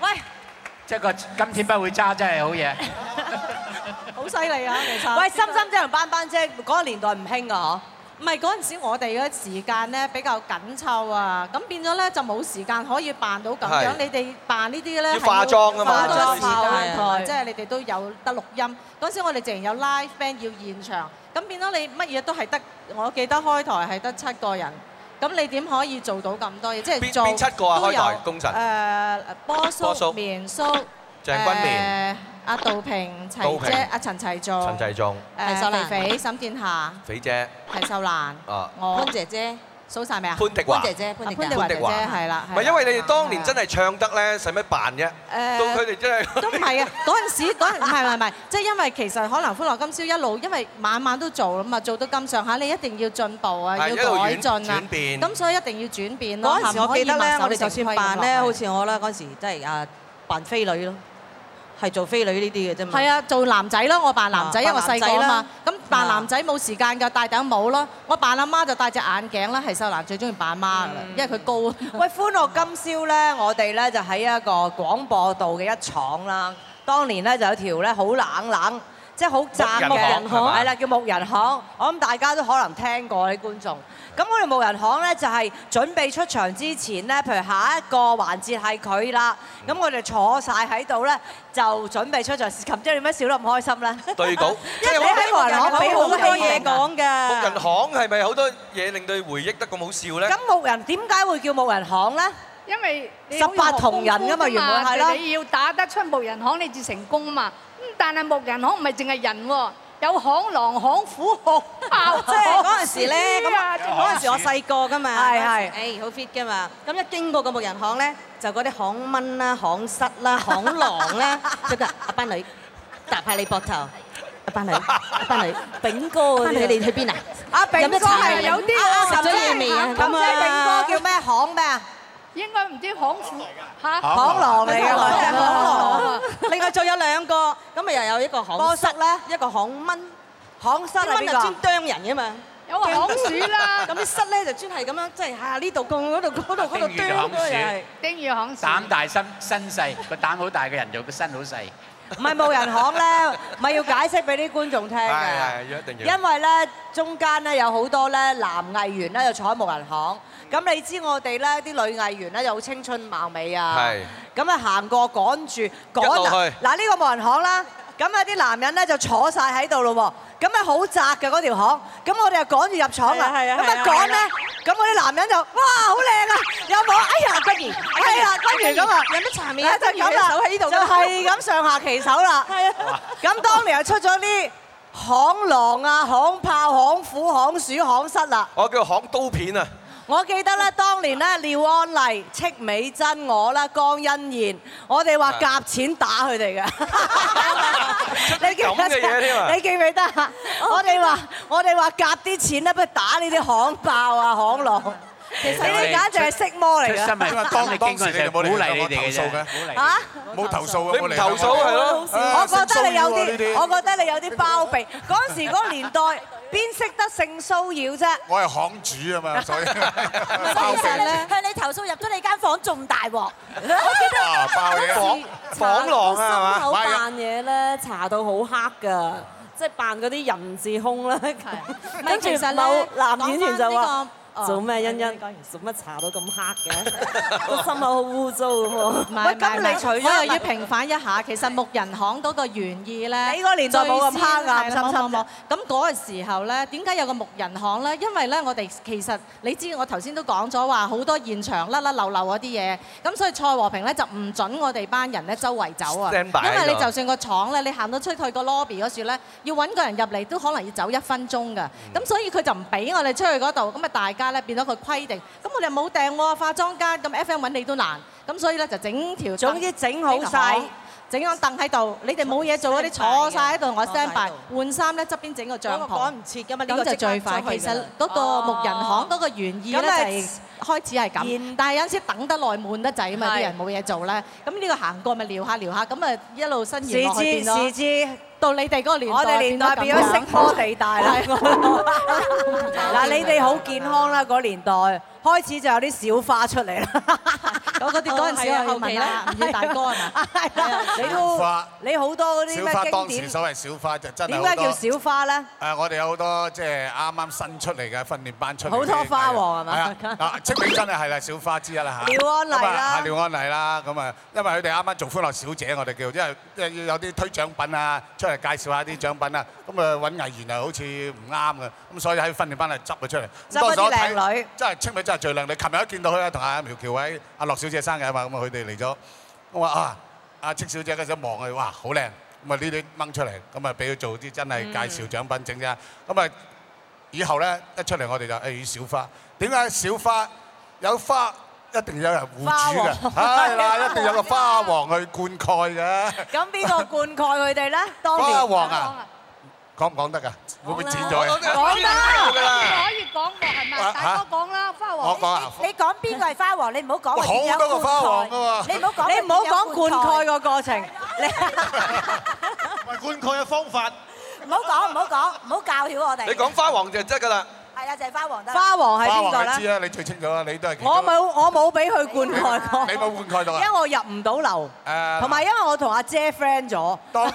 B: 喂，
F: 即係個今天不會揸，真係好嘢。
B: 好犀利啊！其實。喂，心心姐同班班姐嗰個年代唔興啊，
G: 唔係嗰陣時，我哋嘅時間咧比較緊湊啊，咁變咗咧就冇時間可以扮到咁樣
D: 係。
G: 你哋扮呢啲咧
D: 要化妝啊嘛
G: 好多
D: 化
G: 時
D: 妝
G: 間同埋
D: 係
G: 即係你哋都有得錄音。嗰陣時我哋淨有 live band 要現場，咁變咗你乜嘢都係得。我記得開台係得七個人，咁你點可以做到咁多嘢？即係
D: 邊
G: 做
D: 邊七個啊
G: 都有
D: 開台功臣
G: 誒波
D: 波
G: 叔、
D: 叔
G: 棉叔、鄭
D: 君
G: À.
D: 綿、
G: 阿杜平、齊
D: 杜平
G: 姐、阿陳齊仲、
D: 陳濟仲、
G: 誒
L: 秀蘭
G: 肥肥、沈殿霞。
D: 肥姐，
G: 係秀蘭，
D: 啊，
G: 我
L: 潘姐姐
G: 數晒未啊？
D: 潘迪華，
G: 潘迪華
D: 潘
G: 姐
D: 迪
G: 姐
D: 華，
G: 係啦，係
D: 唔係
G: 啦
D: 因為你哋當年真係唱得咧，使乜扮啫？
G: 誒
D: 到佢哋真係
G: 都唔係啊！嗰陣時嗰陣唔係唔係唔係，即係因為其實可能歡樂今宵一路，因為晚晚都做啦嘛，做到咁上下，你一定要進步啊，要
D: 係 À，一路
G: 改
D: 轉
G: 進啊
D: 轉，變
G: 咁所以一定要轉變咯。
L: 嗰陣時我記得咧，我哋就算扮咧，好
G: 似
L: 似我啦，嗰陣時真係啊扮飛女咯。係做飛女呢啲嘅啫嘛。
G: 係啊，做男仔咯，我扮男仔，
L: 啊
G: 因為我細個啊嘛。咁扮
L: 啊
G: 男仔冇時間㗎，戴頂帽咯。我扮阿媽就戴隻眼鏡啦。係秀蘭最中意扮媽㗎啦，因為佢高啊。
B: 喂，歡樂今宵咧，我哋咧就喺一個廣播道嘅一廠啦。當年咧就有條咧好冷冷，即係好窄嘅，
G: 木人巷係嘛
B: 係啦，叫木人巷。我諗大家都可能聽過啲觀眾。咁我哋木人巷咧就係準備出場之前咧，譬如下一個環節係佢啦。咁我哋坐晒喺度咧，就準備出場。琴姐你咩笑得咁開心咧？
D: 對稿，
B: 因 為你喺木人巷俾好多嘢講㗎。
D: 木人巷係咪好多嘢令到你回憶得咁好笑咧？
B: 咁木人點解會叫木人巷咧？
E: 因為你
B: 十八銅人㗎
E: 要學功夫
B: 嘛原本係咯
E: 你要打得出木人巷，你至成功嘛。咁但係木人巷唔係淨係人喎，有巷狼、巷虎、 巷豹，
L: 即係嗰陣時咧，咁啊
E: 啊
L: 嗰陣時我細個噶嘛，
E: 係係
L: 誒好 fit 噶嘛，咁一經過個木人巷咧，就嗰啲巷 蚊啦、巷虱啦、巷狼咧，就得阿班女搭下你膊頭，阿班女，阿 班女，炳哥，班女你去邊啊？
B: 阿炳哥係有啲喎，
L: 十張未啊？咁啊，
B: 炳哥叫咩行咩啊？
E: 應該唔知巷虎嚇
L: 巷狼嚟㗎
E: 巷狼啊
L: 另外仲有兩個，咁啊又有一個巷
B: 波
L: 虱咧，一個巷蚊，
B: 巷虱
L: 啲
B: 係
L: 蚊
B: 邊
L: 啊
B: 個
L: 專啄人噶嘛。
E: 有個巷鼠啦
L: 咁啲虱咧就專係咁樣，即係嚇呢度咁嗰度嗰度嗰
F: 叮
L: 度
F: 住就
L: 啄
F: 巷
L: 嗰個又係。
F: 鼠，
E: 丁魚巷鼠。
F: 膽大身身細，個膽好大嘅人就個身好細。
B: 唔係冇人行咧，咪要解釋俾啲觀眾聽
F: 係
B: 嘅。
F: 係一定
B: 因為咧中間咧有好多咧男藝員咧就坐喺無人巷，咁你知我哋咧啲女藝員咧就好青春貌美啊
I: 係，
B: 咁啊行過趕住趕
I: 一路
B: 啊
I: 去
B: 嗱呢個無人巷啦，咁啊啲男人咧就坐晒喺度咯喎，咁啊好窄嘅嗰條巷，咁我哋就趕住入廠啦，
I: 係啊係
B: 咁
I: 啊係啊
B: 一趕咧
I: 係啊，
B: 咁我啲男人就哇好靚啊，有冇？哎呀，不如係啦，不如咁啊，
L: 有乜茶面啊
B: 就咁啦，
L: 不如你手喺呢度
B: 就
L: 㗎
B: 係咁上下其手啦。係啊，咁當年又出咗啲巷狼啊、巷炮、巷虎、巷鼠、巷虱啦。
D: 我叫巷刀片啊！
B: 我記得咧，當年咧，廖安麗、戚美珍、我啦、江欣燕，我哋話夾錢打佢哋嘅。你記唔
I: 咁嘅嘢添啊
B: 你記唔記得啊？我哋話我哋話夾啲錢咧，不如打呢啲巷爆啊、巷狼。其實呢啲簡直係色魔嚟
F: 出
B: 嘅。
F: 新聞講你經過就係鼓勵你哋嘅啫，鼓勵。
B: 嚇！
K: 冇投訴
D: 你
K: 嘅，
D: 唔
K: 冇嚟
D: 投訴係咯
B: 我覺得你有啲，
K: 我
B: 我覺得你有啲包庇。嗰陣時嗰個年代，邊識得性騷擾啫？
K: 我係行主啊 嘛，所以包庇
L: 向你投訴入咗你間房仲大鑊。我記
K: 啊包嘢
L: 得
K: 房狼啊
L: 心口
K: 係嘛
L: 扮嘢咧，搽到好黑㗎。即係扮嗰啲人字空啦，跟住
G: 其實呢
L: 某男演員就
G: 講返
L: 話
G: 呢：個
I: Ờ.
G: 哦
L: 做咩欣欣？做乜搽到咁 黑嘅？個心口好污糟咁喎。
G: 喂，咁你除咗我又要
L: 平
G: 平反一下，其實木人巷嗰個原意咧，
B: 你嗰年代冇咁黑啊
G: 最
B: 暗
G: 先係啦
B: 深深
G: 冇冇冇咁嗰個時候咧，點解有個木人巷咧？因為咧，我哋其實你知我頭先都講咗話，好多現場甩甩漏漏嗰啲嘢，咁所以蔡和平咧就唔準我哋班人咧周圍走啊，
I: Stand by
G: 因為
I: 呢
G: 你
I: 個
G: 就算個廠咧，你行到出去個 lobby 嗰處咧，要揾個人入嚟都可能要走一分鐘㗎，咁所以佢就唔俾我哋出去嗰度，咁啊大家咧變咗佢規定，咁我哋冇訂喎化妝間，咁 FM 揾你都難，咁所以咧就整條。
B: 總之整好晒
G: 整張凳喺度，你哋冇嘢做嗰啲坐晒喺度，我 stand by 換衫咧，側邊整個帳
L: 嗰
G: 篷。
L: 個趕唔切㗎嘛呢個
G: 咁就最
L: 即刻
G: 快。
L: 出去
G: 其
L: 㗎啦
G: 實嗰個木人巷嗰個原意咧就
B: 咁啊
G: 係開始係咁，但係有陣時等得耐悶得滯啊嘛，啲人冇嘢做咧，咁呢個行過咪聊下聊下，咁啊一路伸延落去
B: 時
G: 變
B: 至
G: 咯
B: 時至。
G: 到你哋嗰個年代，
B: 我哋年代變咗色魔地帶啦。 嗱，你哋好健康啦，嗰年代開始就有啲小花出嚟啦。
G: 我嗰啲嗰
B: Ờ,
G: 陣時我要問啦，唔要大哥係嘛？
B: 係啦，你
K: 小
B: 都
K: 花
B: 你好多嗰啲
K: 小花當
B: 咩經
K: 時
B: 典，
K: 所謂小花就真係
B: 點
K: 好
B: 解
K: 多
B: 叫小花咧？
K: 誒，我哋有好多即係啱啱新出嚟嘅訓練班出嚟嘅
B: 好多花王係嘛
K: 係啊，嗱，戚美珍啊係啦，小花之一啦嚇。
B: 廖安麗啦
K: 咁啊係廖安麗啦，咁啊，因為佢哋啱啱做歡樂小姐，我哋叫，因為因為要有啲推獎品啊，出嚟介紹下啲獎品啊，咁啊揾藝員又好似唔啱嘅，咁所以喺訓練班度執咗出嚟。
B: 執一啲
K: 咁當時我睇
B: 靚女，
K: 真係戚美真係最靚女。琴日都見到佢啊，同阿苗僑偉、阿樂小姐生日啊嘛，咁啊佢哋嚟咗，我話啊，阿戚小姐嗰陣望佢，哇，好靚。咁啊呢啲掹出嚟，咁啊俾佢做啲真係介紹獎品整啫。咁啊以後咧一出嚟我哋就誒小花，點解小花有花一定有人護主嘅
B: 花王，
K: 係啦，一定有個花王去灌溉嘅。
B: 咁邊個灌溉佢哋咧？當年
K: 花王啊，講唔講得㗎？會唔會剪咗
D: 講得
K: 嘅？
D: 講得
E: 可以講過係
B: Ờ.
E: 咪？大哥講啦，花王。
K: 我講啊，
M: 你講邊個係花王？你唔好講
B: à.
K: 好多個花王㗎喎
M: 你唔好講
B: 你唔好講灌溉
M: 個
B: 個過程，
M: 灌溉嘅方法，
I: 唔好講，唔好講，唔好教曉我哋。
D: 你講花王就真㗎啦。
I: 係啦，就係花王得啦。
B: 花王係
K: 花
B: 邊個
K: 王你知
B: 咧？
K: 啦，你最清楚啦，你都係其中
B: 我冇我冇俾佢灌溉過，
K: 你冇灌溉到
B: 因
K: 啊？
B: 為我入唔到流，
K: 誒
B: 同埋因為我同阿姐 friend 咗。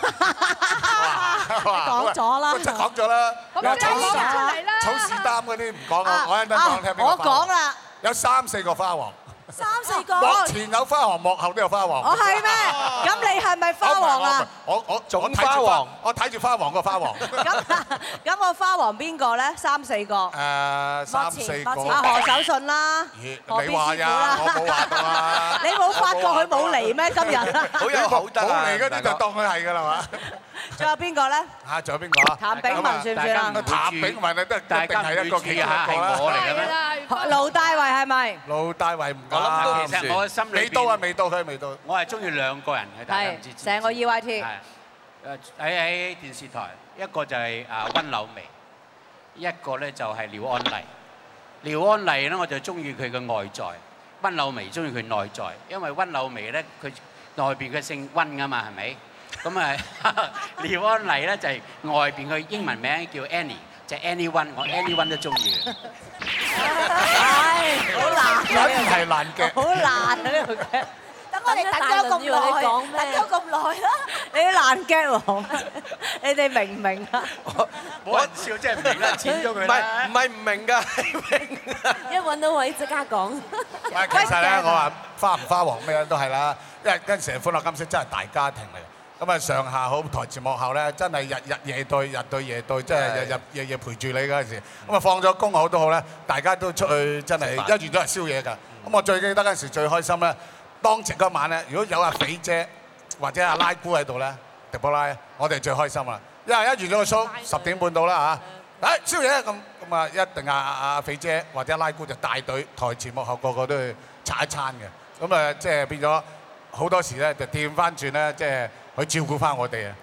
K: 講
B: 咗啦
K: 真係講咗啦。
B: 咁
K: 你話
B: 你講
K: 草
B: 出嚟啦
K: 草士擔嗰啲唔講啊，我一陣間講聽邊個
B: 我
K: 花王
B: 講啦，
K: 有三四個花王，
I: 三四個
K: 幕前有花王，幕後都有花王。
B: 我係咩？咁你係咪花王啊？
K: 我我我睇住
D: 花王，
K: 我睇住花王個花 王。
B: 咁我花王邊個咧？三四個。
K: 誒三四個。
B: 阿何守信啦，何
K: 咦
B: 必
K: 你話
B: 師傅
K: 呀
B: 啦？，
K: 我冇話到啊。
B: 你冇發覺佢冇嚟咩？今日
K: 好有口德冇嚟嗰啲就當佢係㗎 啦嘛。
B: 仲有邊個咧？
K: 啊，仲有邊個啊？
B: 譚炳文算唔算啊
K: 譚炳文啊，都一定
F: 大家唔
K: 係一個
F: 會注
K: 其
F: 意
K: 中
F: 下
K: 一個
F: 係我嚟
K: 啦
F: 嘅。咩
B: 盧大偉係咪？
K: 老大衛唔
F: 我諗
K: 啱
F: 到，其實我嘅心裏邊
K: 未到啊，未到佢未到。
F: 我係中意兩個人嘅，大家唔知知唔知
B: 成個 EYT
F: 係誒喺喺電視台，一個就係啊温柳媚，一個咧就係廖安麗。廖安麗咧，我就中意佢嘅外在，温柳媚中意佢內在，因為温柳媚咧佢內邊佢姓温噶嘛，係咪？咁 啊，廖安麗咧就係外邊佢英文名叫 Annie，就 Annie One，我 Annie One 都中意嘅。
I: 好難啊。
K: 係難嘅。
B: 好難啊呢個 g
I: 等我哋等咗咁耐，等咗咁耐啦。
B: 你啲爛 g 王， 你哋明唔明啊？
F: 冇人笑真係唔明啦，剪咗佢啦。
D: 唔係唔明㗎，
H: 一揾到位即刻講。
K: 唔係，啊其實咧，我話花唔花王咩都係啦，因為跟成歡樂今宵真係大家庭嚟嘅，咁啊上下好台前幕後咧，真係日日夜對日對夜對，真係日日夜夜陪住你嗰陣時，咁啊放咗工好都好咧，大家都出去真係
J: 食飯
K: 一完咗係宵夜㗎。咁我最記得嗰陣時最開心咧，當值嗰晚咧，如果有阿肥姐或者阿拉姑喺度咧，迪波拉，我哋最開心啦，因為一完咗個 show 十點半到啦啊嚇。誒宵夜咁咁啊，一定啊啊啊肥姐或者拉姑就帶隊台前幕後個個都去擦一餐嘅，咁啊即係變咗好多時咧就調翻轉咧，即係佢照顧翻我哋啊！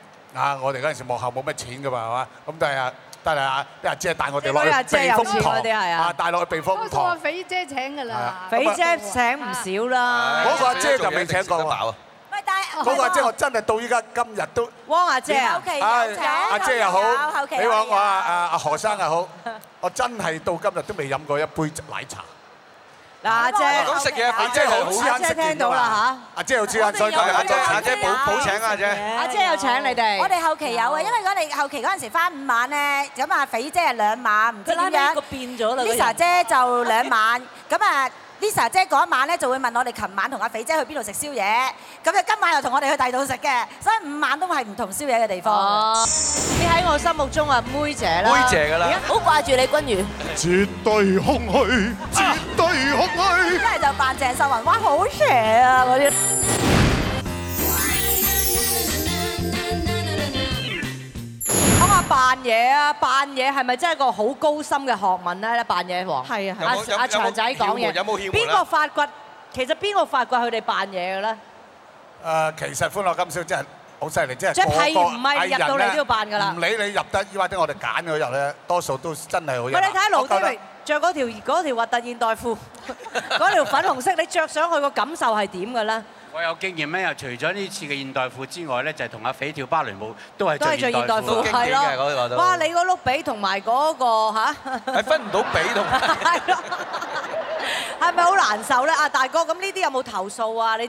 K: 啊，我哋嗰陣時幕後冇乜錢噶嘛，係嘛？咁但係啊，但係啊，啲阿姐帶我哋落
B: 即係嗰啲阿
K: 去
B: 姐
K: 避
B: 有
K: 風
B: 錢嗰啲係
K: 塘
B: 啊
K: 啊，帶落去避風
E: 我
K: 塘。
E: 肥姐請㗎啦。
B: 肥姐請唔少啦。
K: 嗰個阿姐就未請過我，
E: 喂，但係
K: 嗰個阿姐我真係到依家今日都。
B: 汪阿姐
K: Dạ.
B: 啊，
K: 唉阿姐又好
I: 後期，
K: 你話
I: 有
K: 我啊啊阿何生又好，我真係到今日都未飲過一杯奶茶。
B: 嗱阿姐，
D: 咁食嘢
K: 阿姐好黐
B: 阿
K: 眼
B: 姐
K: 食
B: 聽
K: 完
B: 到
K: 㗎
B: 啦
K: 嘛阿姐好黐眼，所以今日
D: 阿姐
K: 我請
D: 阿姐補補請
K: à,
D: 啊阿姐。
B: 嚇，
I: Ờ,
B: 阿姐有請你哋。
I: 我哋後期有啊，因為我哋後期嗰陣時翻五晚咧，咁啊肥姐係兩晚，唔知點
H: 拉尾
I: 樣
H: 個變咗啦個人
I: Lisa 姐就兩晚，咁啊 Lisa 姐嗰一晚咧就會問我哋琴晚同阿肥姐去邊度食宵夜，咁就今晚又同我哋去第二度食嘅，所以五晚都係唔同宵夜嘅地方。
B: 你喺我心目中啊，妹姐啦，
I: 妹姐
D: 㗎啦
B: 而家好掛住你君如。
J: 絕對空虛，絕對空虛。
I: 一係就扮鄭秀文，哇好邪啊嗰啲。
B: 講下扮嘢啊，扮嘢係咪真係個好高深嘅學問咧？扮嘢王係啊
D: 係有冇有
B: 阿阿
D: 有冇
B: 長仔講嘢，
D: 竅門有冇竅門
B: 邊
D: 啊
B: 個發掘？其實邊個發掘佢哋扮嘢嘅咧？
K: 誒，其實歡樂今宵真係好犀利，真係
B: 即係
K: 個個
B: 屁唔係
K: 藝人
B: 入到嚟
K: 呢
B: 都要扮㗎啦
K: 唔理你入得，或者我哋揀嗰日咧，多數都真係好
B: 唔
K: 有。
B: 係你睇下盧
K: 我覺
B: 天
K: 得
B: 榮着嗰條嗰條核突現 代褲，嗰條粉紅色，你着上去個感受係點嘅咧？
F: 我有經驗咧，又除咗呢次嘅現代褲之外咧，就係同阿肥跳芭蕾舞都係
B: 都係着
F: 現
B: 現
F: 代
B: 代
F: 褲
B: 褲，係咯。哇！你嗰碌髀同埋嗰個 嚇，
D: 係分唔到比同
B: 係咪好難受咧？啊，大哥，咁呢啲有冇投訴啊？你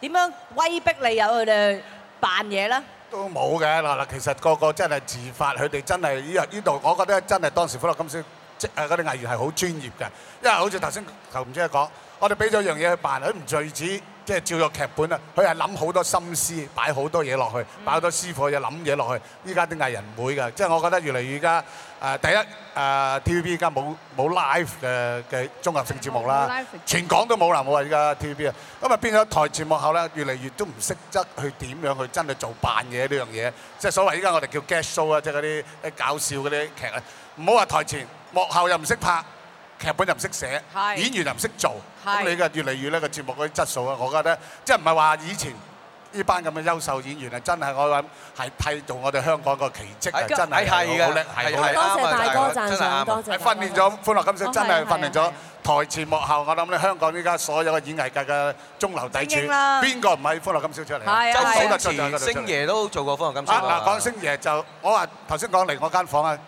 B: 點樣威逼你有佢哋扮嘢咧？
K: 都冇嘅嗱嗱，其實個個真係自發，佢哋真係呢呢度，我覺得真係當時歡樂今宵即係嗰啲藝員係好專業嘅，因為好似頭先頭唔知佢講，我哋俾咗樣嘢去扮，佢唔最止即係照咗劇本啊，佢係諗好多心思，擺好多嘢落去，擺好多師傅嘢諗嘢落去。依家啲藝人唔會㗎，即係我覺得越嚟越而家誒第一誒 TVB 而家冇冇 live 嘅嘅綜合性節目
E: 冇
K: 啦
E: live，
K: 全港都冇啦，冇話而家 TVB 啊，咁啊變咗台前幕後咧，越嚟越都唔識得去點樣去真係做扮嘢呢樣嘢，即係所謂依家我哋叫 g a s show 啊，即係嗰啲啲搞笑嗰啲劇啊，唔好話台前幕後又唔識拍，劇本又唔識寫，
J: 係
K: 演員又唔識做，
J: 係
K: 咁你嘅越嚟越呢個節目嗰啲質素啊，我覺得即係唔係話以前。呢班咁嘅優秀演員啊，真係我諗係替做我哋香港個奇蹟啊！真係
D: 係係㗎
K: 好叻，係好叻。
D: 係係多謝大哥
K: 真係
D: 讚賞
K: 啱啊
D: 多謝大哥
K: 訓練咗歡樂今
D: 哦
K: 宵，真
D: 係
K: 係
D: 係
K: 訓練咗台前幕後。我諗咧，香港依家所有嘅演藝界嘅中流砥
D: 精英
K: 柱，
D: 啦
K: 邊個唔係歡樂今宵出嚟啊？
D: 周
K: 數得
D: 星
K: 出就係嗰度
D: 馳
K: 出嚟
D: 星爺都做過《歡樂今宵》
K: 啊嗱，講星爺就我話頭先講嚟我間房啊，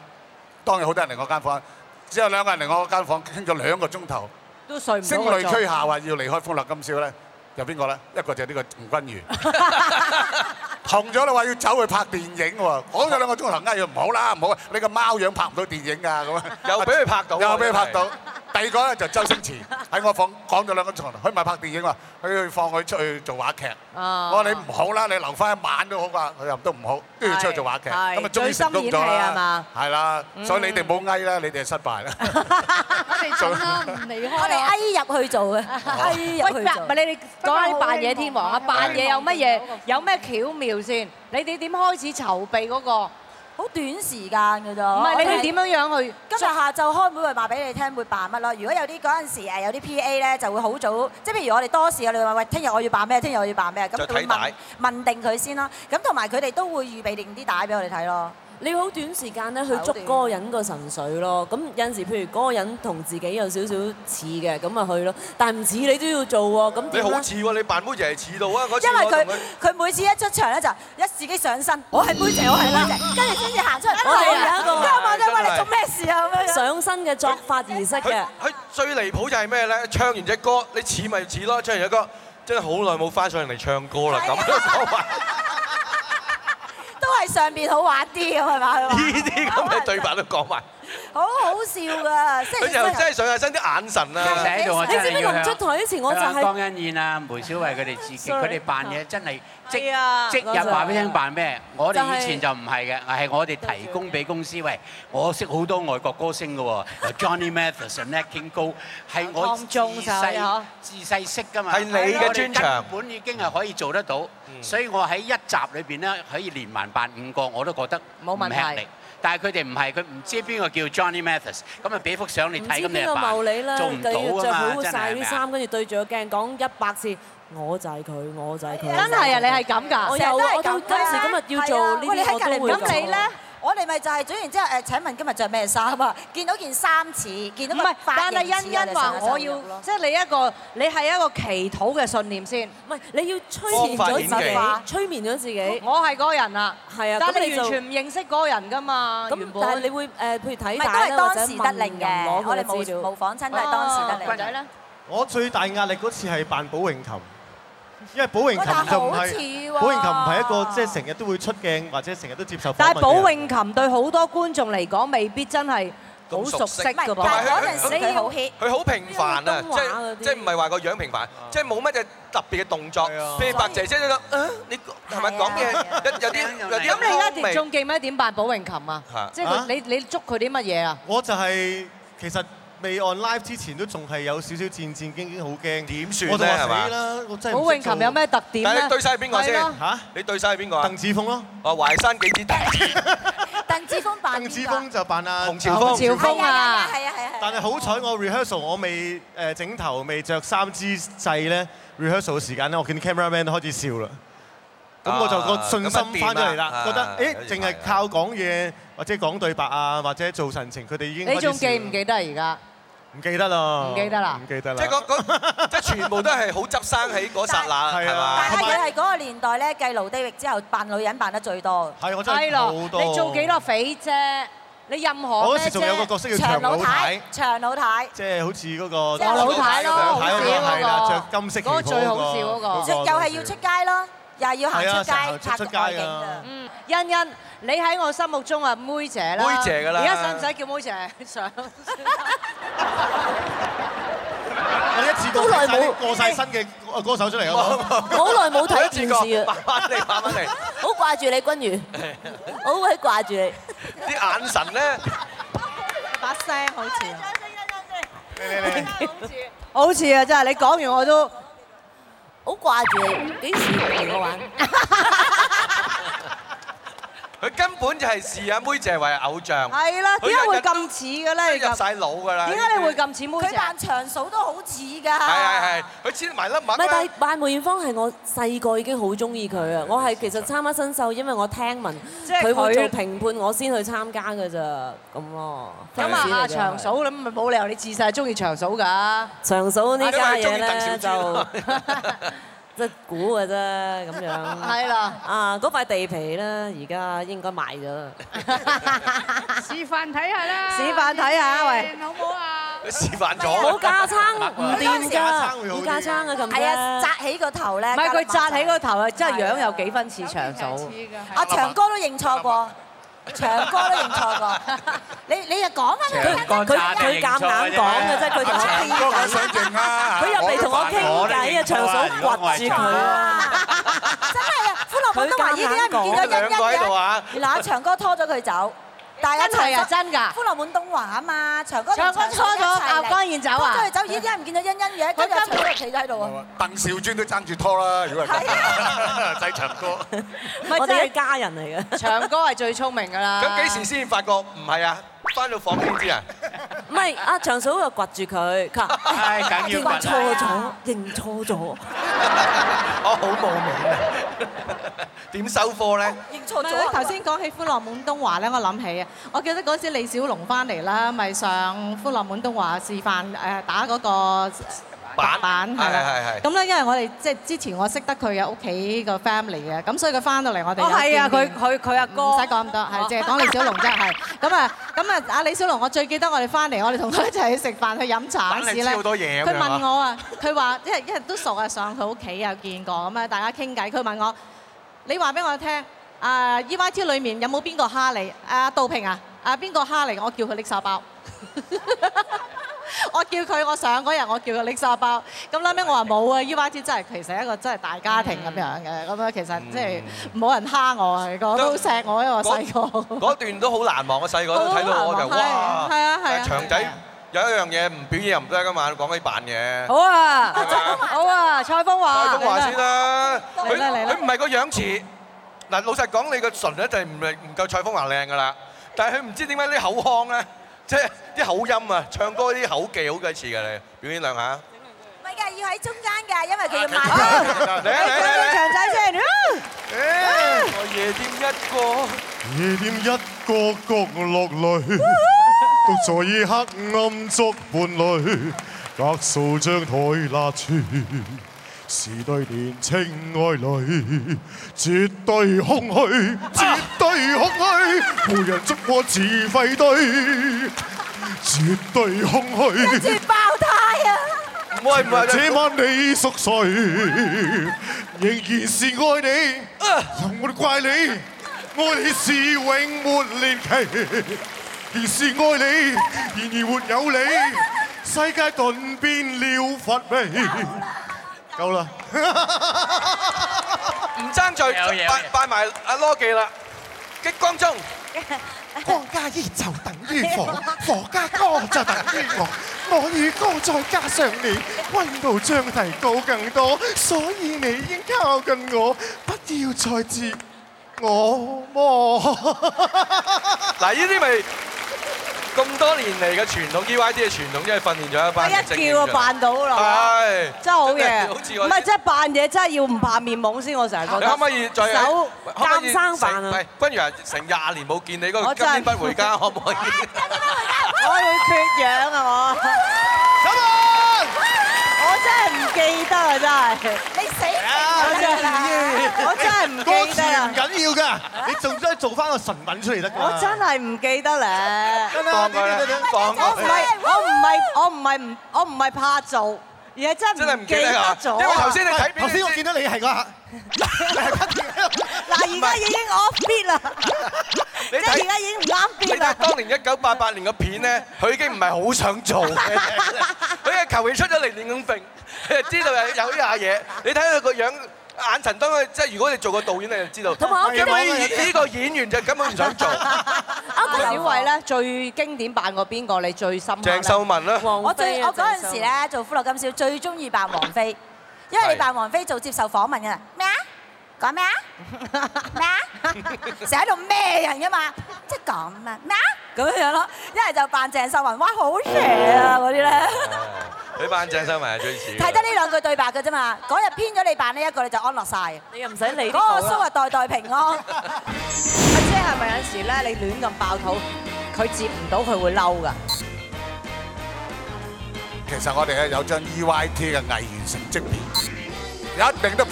K: 當然好多人嚟我間房，只有兩個人嚟我間房傾咗兩個鐘頭，
B: 都睡唔到
K: 聲
B: 個
K: 淚
B: 鐘
K: 俱下話要離開歡樂今宵咧，有邊個咧？一個就係呢個吳 君如，紅咗啦話要走去拍電影喎，講咗兩個鐘頭，呃佢唔好啦，唔好啊，你個貓樣拍唔到電影啊咁啊，
D: 又俾佢拍到喎
K: 又俾佢拍到
D: 真係。
K: 第二個咧就周星馳喺我房講咗兩個鐘頭，佢唔係拍電影喎，佢去放佢出去做話劇。
B: 啊
K: 我話你唔好啦，你留翻一晚都好啩，佢又都唔好，都要出去做話劇，
B: 係係
K: 咁啊終於成功咗
B: 醉心演戲係
K: 啦
B: 嘛，
K: 係啦，
B: 嗯
K: 所以你哋冇翳啦，你哋係失敗啦，
I: 我哋翳入去做嘅，翳入去做。
B: 喂，唔係你哋講起扮嘢天王啊，扮嘢有乜嘢有咩巧妙先？你哋點開始籌備嗰個？
I: 好短時間㗎咋，
B: 唔係，你哋點樣樣去-
I: 今日下晝開會咪話俾你聽會扮乜咯，如果有啲嗰陣時，誒，有啲 PA 咧，就會好早，即係譬如我哋多事啊，你話喂，聽日我要扮咩，聽日我要扮咩，咁
D: 就睇
I: 會問-
D: 帶。
I: 問定佢先咯，咁同埋佢哋都會預備定啲帶俾我哋睇咯。
H: 你好短時間咧去捉嗰個人個神髓咯，咁有陣時譬如嗰個人同自己有少少似嘅，咁咪去咯。但係唔似你都要做喎，咁
D: 你
H: 點
D: 好
H: 咧？
D: 似喎，你扮妹就係似到啊！嗰次我
I: 因為佢-
D: 同佢
I: 佢每次一出場咧，就一自己上身，我係妹仔，我係妹仔，跟住先至行出嚟，
H: 我哋有一
I: 跟
H: 個-
I: 住我媽媽話，你做咩事啊，咁樣。
H: 上身嘅作法儀式嘅。
D: 佢最離譜就係咩咧？唱完只歌，你似咪似咯，唱完只歌。真係好耐冇翻上嚟唱歌啦，咁樣講埋
I: 都係上邊好玩啲咁，係嘛，佢話。
D: 呢啲咁嘅對白都講埋，
I: 好好笑㗎，即係-
D: 佢就真係上下身啲眼神啊！
F: 寫到我真係要向
I: 係
F: 江欣燕啊、梅小慧佢哋自己，
I: Sorry
F: 佢哋扮嘢真係即
B: 係啊
F: 即日話俾你聽扮咩。我
B: 就係
F: 哋以前就唔係嘅，係我哋提供俾公司，喂，我識好多外國歌星嘅喎有，Johnny Mathis 啊、Nat King Cole，係我
B: 湯
F: 自
B: 中手
F: 細
B: 啊
F: 自細識㗎嘛。
D: 係你嘅
F: 我哋
D: 專長
F: 根本已經係可以做得到，所以我喺一集裏邊咧可以連環扮五個，我都覺得
B: 冇問題
F: 唔吃力。但係佢哋唔係，佢唔知邊個叫 Johnny Mathis，咁啊俾幅相你
H: 唔
F: 睇，
H: 知
F: 咁你
H: 邊
F: 就
H: 個
F: 扮
H: 謀你啦，
F: 做唔
H: 佢
F: 到
H: 要
F: 啊
H: 着好
F: 嘛，真
H: 晒
F: 係
H: 啲
F: 咪啊
H: 衫，跟住對住個鏡講一百次，我就係佢，我就係佢。
B: 真係啊！你係咁㗎，
H: 我有啊，我到今時今日要做呢
I: 喂，你
H: 啲
I: 喺
H: 我
I: 隔
H: 都
I: 離
H: 會
I: 咁你咧？我哋咪就係，總言之誒，請問今日着咩衫啊？見到件衫似，見到
B: 唔
I: 個
B: 係，但係
I: 髮型似
B: 欣欣話我要，即係你一個，你係一個祈禱嘅信念先。
H: 唔係，你要催
B: 眠咗自己方法演技
H: 催眠咗自己。
B: 我係嗰個人啦。
H: 係啊
B: 但
H: 咁
B: 係
H: 你
B: 你
H: 就
B: 完全唔認識嗰個人㗎嘛。
H: 咁
B: 原本
H: 但係你會誒，譬如睇
I: 唔係都係
H: 大啦或
I: 當
H: 者
I: 時
H: 問
I: 得令嘅
H: 人攞佢
I: 我哋
H: 嘅
I: 冇
H: 資料
I: 模仿親都係當時得嚟
B: 哦仔咧，
M: 我最大壓力嗰次係扮保泳琴，因為保泳琴就唔
B: 哇但係好似喎
M: 係保泳琴唔係一個即係成日都會出鏡或者成日都接受訪問
B: 但係
M: 嘅
B: 保
M: 人
B: 泳琴對好多觀眾嚟講，未必真係好熟悉㗎噃。
D: 同埋佢
I: 時佢好 hit
D: 佢好平凡啊，
B: 因為東
D: 即
B: 華
D: 係即係唔係話個樣平凡，即係冇乜嘢特別嘅動作。譬如白姐姐都得，啊你係咪講嘢有有啲有啲
B: 咁你而
D: 幽
B: 家
D: 微
B: 仲記唔記得點扮保泳琴啊
M: 嚇？
B: 即係佢
M: 啊
B: 你你捉佢啲乜嘢啊？
M: 我就係、其實未 on live 之前都仲係有少少戰戰兢兢，好驚。點
D: 算
M: 我就
D: 咧
M: 話
D: 係嘛
M: 死啦！我真係唔識做
B: 保泳琴有咩特點
D: 但係
B: 咧？
D: 你對晒邊個先？
B: 係咯
D: 嚇，你對晒邊個啊？鄧
M: 志峰咯。
D: 哦，淮山幾子
I: 鄧志峰扮
M: 鄧志峰就扮啊洪
D: 朝峰洪朝
I: 峰啊係啊係啊係啊
M: 但係好彩我 rehearsal 我未誒整頭未着衫之際咧，rehearsal 嘅時間咧，我見 cameraman 都開始笑啦。咁我就個信心翻咗嚟啦，
D: 啊
M: 覺
D: 啊
M: 得
D: 有
M: 誒，
D: 啲
M: 淨係靠講嘢或者講對白啊，或者做神情，佢哋已經開
B: 你
M: 始
B: 仲
M: 笑
B: 記唔記得而家？
M: 唔記得啦？
B: 唔記得啦
M: 唔記得啦。
D: 即係嗰 嗰即係全部都係好執生喺嗰剎那係
I: 但係
D: 嘛？
I: 佢係嗰個年代咧，繼盧地域之後扮女人扮得最多。
M: 係我
B: 係咯，你做幾多匪啫？你任何
M: 我
B: 咩
M: 嗰時仲
B: 啫？
M: 有個角色叫長老太，
I: 長老太。
M: 即係好似嗰個
I: 長老太
M: 長老
I: 咯
M: 太嗰個
I: 好笑嗰個
M: 係啦，着金色旗袍
I: 嗰個最好笑
B: 嗰個
I: 又係要出街咯，又係要行出街
M: 係啊成日行出
I: 拍
M: 出街
I: 外景
M: 㗎
I: 㗎。
B: 嗯，欣欣，你喺我心目中啊，妹姐啦，
D: 妹姐㗎啦
B: 而家使唔使叫妹姐 上？
M: 我哋一次過
B: 好耐冇
M: 過曬過曬新嘅歌手出嚟啊！
H: 好耐冇睇電視啊！
D: 慢慢嚟，慢慢嚟。
H: 好掛住你，君 如，好鬼掛住你。
D: 啲眼神咧，
B: 把聲好似啊，
I: 好
B: 似啊，真係你講完我都
I: 好掛住你，幾時嚟我玩？
D: 佢根本就係視阿妹姐為偶 像。
B: 係啦，點解會
D: 佢日日
B: 咁似嘅咧？你
D: 入晒腦㗎啦
B: 點解你會咁似妹
I: 佢
B: 姐？
I: 扮長嫂都好似㗎。
D: 係係係，佢黐埋粒
H: 唔
D: 麥
H: 係，但
D: 啦
H: 係。扮梅艷芳係我細個已經好中意佢啊！我係其實參加新秀，因為我聽聞
B: 即係佢
H: 佢會做評判，我先去參加㗎咋咁咯。
B: 咁啊，阿長嫂咁咪冇理由你自細中意長嫂㗎。
H: 長嫂呢家
D: 啊
H: 嘢
B: 因為佢
H: 咧
B: 鍾意鄧小
H: 就 即係估㗎啫咁樣。
B: 係啦。
H: 啊，嗰塊地皮咧，而家應該賣咗啦。
E: 示範睇下啦，
H: 示範睇下喂
E: 好唔好啊？
D: 佢示範咗。
H: 冇 架撐唔掂
I: 架
H: 㗎
I: 撐會，好啲
H: 冇架撐啊咁
I: 係啊，扎起個頭咧。
B: 唔係佢紮起
I: 個。
B: 個頭啊，真係樣有幾分似長嫂。
I: 阿長哥都認錯過，長哥都認 錯過。你你又講翻佢
H: 佢佢夾硬講嘅啫，佢同我傾
K: 哥
H: 偈。
K: 想靜啊！
H: 佢入嚟同我傾偈啊，長嫂掘住佢啊！
I: 歡樂廣東話已經唔見咗欣欣
D: 兩個喺度
I: 嘅
D: 啊，
I: 嗱長哥拖咗佢走。但係
B: 真係啊真㗎
I: 歡樂滿東華啊嘛，長哥同
B: 長哥
I: 陳嫂一齊嚟
B: 拖咗鴨江燕走啊
I: 拖咗佢走，咦？點解唔見咗欣欣嘅？跟住阿長哥企咗喺度啊！
K: 鄧兆尊都爭住拖啦，如果係 咁，仔長哥。
B: 咪
H: 我
B: 真
H: 哋
B: 係
H: 一家人嚟嘅。
B: 長哥係最聰明㗎啦。
D: 咁幾時先發覺唔係啊？翻到房先知啊！
H: 唔係，阿長嫂又掘住佢，佢話：
D: 唉梗要掘啦
H: 認錯咗，認錯咗。
D: 我哦好冇面啊！點收科咧？
I: 認
G: 錯
L: 咗
G: 頭先講起《歡樂滿東華》咧，我諗起啊，我記得嗰時李小龍翻嚟啦，咪上《歡樂滿東華》示範誒打嗰個
D: 板
G: 板係啦
D: 係係係。
G: 咁咧，因為我哋即係之前我識得佢嘅屋企個 family 嘅，咁所以佢翻到嚟我哋
B: 哦
G: 有
B: 係啊，
G: 見
B: 佢
G: 面
B: 佢佢阿哥。
G: 唔使講咁多，係淨係講李小龍啫，係咁啊，咁啊，阿李小龍，我最記得我哋翻嚟，我哋同佢一齊去食飯去飲茶嗰時
D: 反正
G: 咧，
D: 知好多嘢咁
G: 佢
D: 樣啊
G: 問我啊，佢話因為因為都熟啊，上佢屋企又見過咁啊，大家傾偈，佢問我，你話俾我聽，啊 EYT 裏面有冇邊個蝦你？啊杜平啊，啊邊個蝦你？我叫佢拎沙包。 我叫佢，我上嗰日我叫佢拎沙包，咁後尾我話冇啊！EYT 真係其實一個真係大家庭
D: 嗯
G: 咁樣嘅，咁樣其實即係冇人蝦我啊，個個都錫我，因為我細個。
D: 嗰段都好難忘，我細個都睇到我
G: 好難
D: 就哇
G: 忘！係啊係啊
D: 但長仔有一樣嘢唔表演又唔得噶嘛，講起扮嘢。
B: 好啊，好啊，蔡風華。
D: 蔡東華先啦，佢
B: 嚟啦嚟啦
D: 佢唔係個樣似。嗱，老實講，你個唇咧就係唔係唔夠蔡風華靚噶啦，但係佢唔知點解啲口腔咧，即係啲口音啊，唱歌啲口技好鬼似㗎你，表演兩下。
I: 唔係㗎，要喺中間㗎，因為佢要
D: 嚟啊
I: 抹。
D: 嚟啊嚟啊！
B: 長仔先。
D: 我夜店一個。
M: 夜店一個角落裏，獨坐以黑暗作伴侶，隔數張台拉串，是對年青愛侶，絕對空虛，絕對空虛，無人捉我自廢堆，絕對空虛。
I: 爆胎啊！
D: 唔係唔係
M: 這晚你熟睡，仍然是愛你，又我哋怪你，愛你是永沒年期，而是愛你，然而沒有你，世界頓變了乏味。夠啦，
D: 唔爭在
M: 有嘢有嘢
D: 拜拜埋阿羅記啦，激光中。
N: 光加熱就等於火，火加歌就等於我。我與歌再加上你，温度將提高更多，所以你應靠近我，不要再自我 뭐.麼？
D: 嗱，呢啲咪咁多年嚟嘅傳統 EYT 嘅傳統，即係訓練咗一班精英
B: 一叫啊
D: 出嚟
B: 扮到啦
D: 係，
B: 真係好
D: 真
B: 嘢，
D: 係好似我
B: 唔係真係扮嘢，真係要唔怕面懵先，我成日覺
D: 你
B: 得。
D: 可唔可以再
B: 手
D: 可唔可
B: 監
D: 以
B: 生扮
D: 成
B: 啊？
D: 喂，君如啊，成廿年冇見你嗰個
B: 我
D: 今
B: 真係
D: 天不回家，可唔可以？
B: 我會缺氧啊！我我真係唔記得啊！真係。
I: 你死
B: 我真係唔要，我真係唔記得啊啦。
M: 歌詞唔緊要㗎，你仲真係做翻個神韻出嚟得㗎。
B: 我真係唔記得咧。
D: 放佢啦放佢
B: 我唔係，我唔係，我唔係唔，我唔係怕做，而係真係唔記得咗。
D: 因為頭先你睇片
M: 頭先我見到你係個。
B: 嗱，而家已經 off beat 啦，即
D: 你睇
B: 係而家已經唔啱
D: 你
B: beat
D: 睇
B: 啦。
D: 當年一九八八年嘅片咧，佢已經唔係好想做嘅，佢係求其出咗嚟亂咁 揈，佢就知道有有呢下嘢。你睇佢個樣。眼神當佢即係如果你做過導演，你就知道。
B: 同埋我記得
D: 根本呢個演員就根本唔想做。
B: 阿小慧咧最經典扮過邊個？你最深刻呢？
D: 鄭秀文啦，
I: 我最我嗰陣時咧做《歡樂今宵》，最中意扮王菲，因為你扮王菲做接受訪問嘅咩啊？講 咩啊？咩啊？成日喺度咩人噶嘛？即係咁啊咩啊？咁樣咯，一係就扮鄭秀文，哇好邪啊嗰啲咧，
D: 你扮鄭秀文係最似嘅。
I: 睇得呢兩句對白嘅啫嘛。嗰日編咗你扮呢一個，你就安樂晒。你又唔使
B: 理呢個
I: 嗰
B: 啦
I: 個蘇啊，代代平安。
B: 即係咪有時咧，你亂咁爆肚，佢接唔到，佢會嬲㗎。
K: 其實我哋咧有張 EYT 嘅藝員成績表，一定都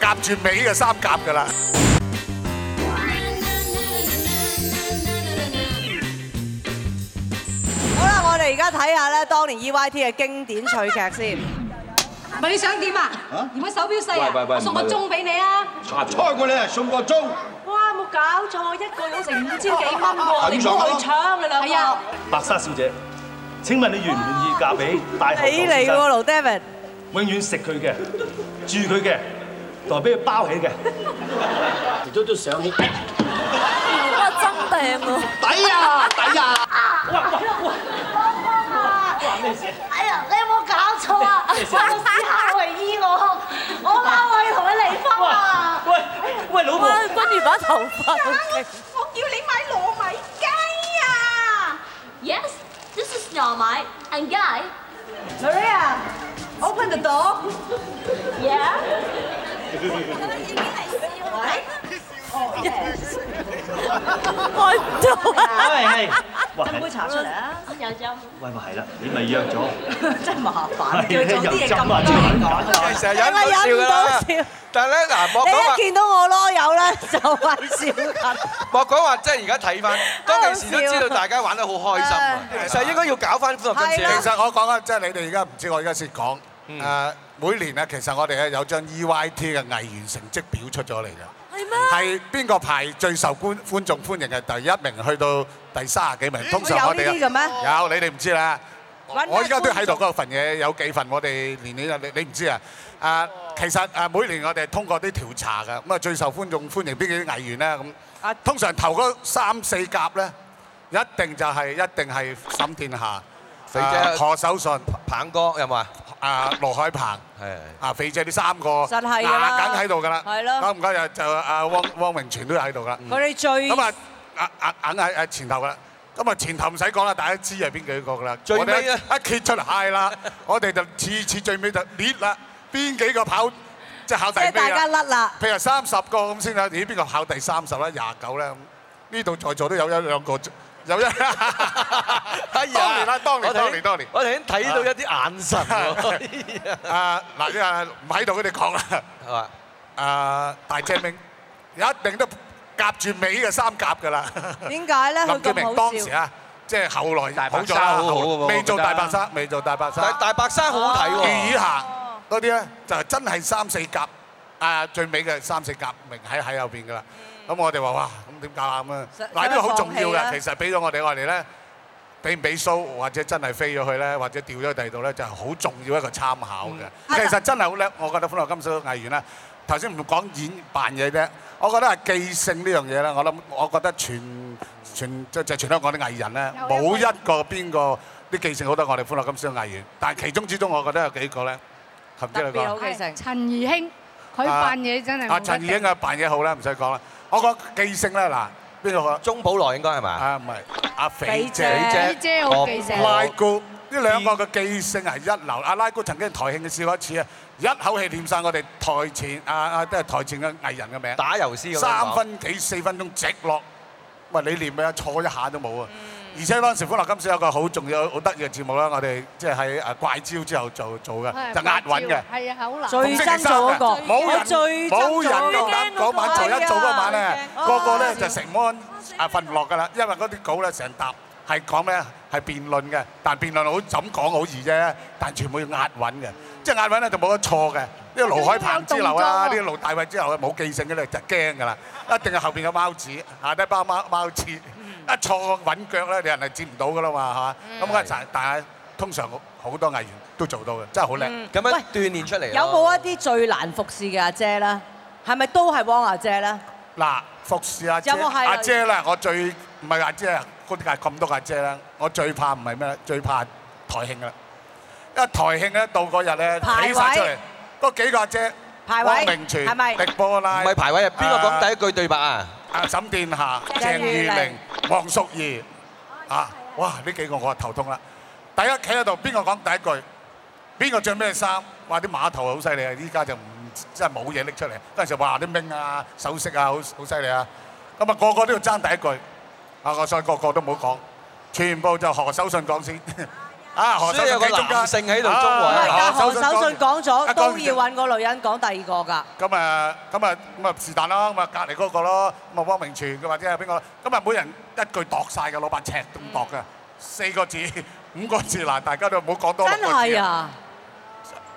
K: 夾住尾嘅三甲㗎啦。
B: 好啦，我哋而家睇下咧，當年 EYT 嘅經典趣劇先。唔係你想點啊？而家手錶細
O: 啊喂喂喂我送個唔係鐘
B: 俾你啊！
O: 猜過你係送個鐘，
B: 哇！冇搞錯，一個人成五千幾蚊
O: 係
B: 喎，你唔好去搶你兩個。
O: 白沙小姐。請問你願唔願意嫁俾大學
B: 你嚟喎，盧 David。
O: 永遠食佢嘅，住佢嘅，同埋俾佢包起嘅。都都想起。
H: 哇，真掟喎！
O: 抵啊！抵啊！
P: 哎呀，你有冇搞錯啊？我試夏威夷我，我媽我要同佢離婚啊！喂喂，老婆，
H: 君如把頭髮
P: 我叫你買糯米雞啊！Yes, this is 糯米 and 雞。Maria, open the door. Yeah.
H: 我唔到
O: 啊喂係哇
P: 斟杯茶出嚟啊！有斟。
O: 喂，咪係啦，你咪約咗。
B: 真係麻煩，
O: 係
B: 要做啲嘢咁難講。
D: 成日忍唔到笑㗎啦
B: 你係忍唔到笑。
D: 但係咧嗱，莫講話
B: 你一見到我啰柚 咧，就係笑緊。
D: 莫講話，即係而家睇翻，當其時都知道大家玩得好開心啊，其實應該要搞翻歡樂今次。
K: 其實我講啊，即係嗯你哋而家唔知，我而家先講。誒，每年啊，其實我哋咧有張 EYT 嘅藝員成績表出咗嚟㗎。
H: 係
K: 咩？係邊個排最受觀觀眾歡迎嘅第一名去到第三十幾名？通常我哋
B: 有呢啲嘅咩
K: 有，你哋唔知啦。我而家都喺度嗰份嘢有幾份，我哋年年有你你唔知啊。誒，其實誒每年我哋通過啲調查㗎，咁啊最受觀眾歡迎邊幾啲藝員咧咁。通常頭嗰三四甲咧，一定就係一定係沈殿霞、
D: 肥姐
K: 啊何守信、
D: 棒哥有冇啊？
K: 啊羅海鵬。
D: 係。
K: 啊，肥姐呢三個
B: 實係㗎
K: 牙
B: 啦
K: 緊喺度㗎啦，
B: 係咯
K: 咁唔該就就啊汪汪明荃都喺度㗎啦，
B: 佢哋最
K: 咁啊啊啊硬喺喺前頭㗎啦，咁啊前頭唔使講啦，大家知係邊幾個㗎啦，
D: 最
K: 我哋
D: 尾啊
K: 一揭出係啦， 我哋就次次最尾就列啦，邊幾個跑即係考第尾
B: 即係大家甩啦，
K: 譬如三十個咁先啦，咦邊個考第三十啦，廿九咧咁，呢度在座都有一兩個，有一 當年啦，當年
D: 我哋
K: 當年當年，
D: 我哋已經睇到一啲眼神 喎。
K: 啊嗱，呢啊唔喺度佢哋講啦。
D: 係嘛？
K: 啊，大隻明一定都夾住尾嘅三甲㗎啦。
B: 點解咧？佢
K: 林
B: 咁
K: 明
B: 好
K: 當
B: 笑
K: 時。啊，即係後來好咗
D: 大白
K: 啦
D: 鯊好好喎，
K: 未做
D: 我覺
K: 大
D: 得
K: 白鯊，未做大白鯊。
D: 但係大白鯊好睇喎
K: 魚魚行嗰啲咧，就真係三四甲啊，最尾嘅三四甲明喺喺後邊㗎啦。咁我哋話哇，咁點搞啊咁啊
D: 實？
K: 嗱，呢個好重要
D: 實放棄啦
K: 㗎，其實俾咗我哋我哋咧。俾唔俾 show 或者真係飛咗去咧，或者掉咗去第二度咧，就係好重要一個參考嘅。其實真係好叻，我覺得歡樂今宵藝員咧，頭先唔講演扮嘢啫，我覺得係記性呢樣嘢咧，我諗我覺得全全即係全香港啲藝人咧，冇一個邊個啲記性好得我哋歡樂今宵藝員，但係其中之中，我覺得有幾個咧，合唔知你講。
E: 陳怡興，佢
K: 啊
E: 扮嘢真係
K: 啊
E: 冇
K: 陳
E: 得
K: 怡
E: 頂
K: 英啊扮嘢好啦，唔使講啦。我講記性咧嗱，邊個？
D: 鐘寶來應該係嘛？
K: 啊唔係，阿肥姐，
E: 肥姐肥姐好記性
K: 拉姑呢兩個嘅記性係一流。阿拉姑曾經台慶嘅試過一次啊，一口氣念晒我哋台前啊啊都係台前嘅藝人嘅名，
D: 打油詩咁樣講
K: 三分幾四分鐘直落。喂，你念咩啊？錯一下都冇啊！而且嗰陣時《歡樂今宵》有個好重要、好得意嘅節目啦，我哋即係喺誒怪招之後做做嘅，就押韻嘅。
E: 係啊，好難。
K: 最憎做嗰個冇人冇人夠膽嗰晚做一做
E: à.
K: 嗰晚咧，個個咧就成安啊瞓唔落㗎啦，因為嗰啲稿咧成沓係講咩係辯論嘅，但辯論好就咁講好易啫，但全部要押韻嘅，即係押韻咧就冇得錯嘅。呢個盧海鵬之流啦，呢個盧大偉之流冇記性嘅咧就驚㗎啦，一定係後邊嘅貓子，下低包貓貓子，一錯個韻腳咧你人係接唔到㗎啦嘛嚇，咁嗰陣但係通常好多藝員都做到嘅，真係好叻。
D: 咁樣鍛鍊出嚟
B: 有
D: 咯。
B: 冇一啲最難服侍嘅阿姐咧？係咪都係汪阿姐咧？
K: 嗱，服侍阿姐，
B: 有冇係
K: 阿姐啦，我最唔係阿姐啊，嗰啲係咁多個阿姐啦，我最怕唔係咩咧？最怕台慶啦，因為台慶咧到嗰日咧，
B: 排位
K: 起晒出嚟，嗰幾個阿姐
B: 排位，
K: 汪明荃、
B: 係咪？
K: 狄波拉，
D: 唔係排位，係邊個講
K: 啊，
D: 第一句對白啊？
K: 啊，沈殿霞、鄭
B: 鄭裕
K: 裕
B: 玲、
K: 黃淑儀。啊，哇，呢幾個我係頭痛啦。第一企喺度，邊個講第一句？邊個着咩衫？哇，啲碼頭好犀利啊，依家就唔-真係冇嘢拎出嚟。嗰陣時，哇，啲名啊、首飾啊，好-好犀利啊。咁啊，個個都要爭第一句。啊，我所以個個都唔好講，全部就何守信講先。 啊，何守信企中間。
D: 所以有個男性喺度，中和啊。
K: 啊，
B: 但
K: 何
B: 何
K: 守信
B: 守信
K: 講先。
B: 講咗，
K: 啊，
B: 都
K: 講完
B: 要揾個女人講第二個㗎。
K: 咁啊，咁啊，咁啊是但啦，咁啊隔離嗰個咯，咁啊汪明荃嘅或者係邊個啦，咁啊每人一句度晒嘅，攞把尺咁度嘅，四個 字、五個字嗱，大家都唔好講多
B: 真
K: 六個字
B: 係！啊，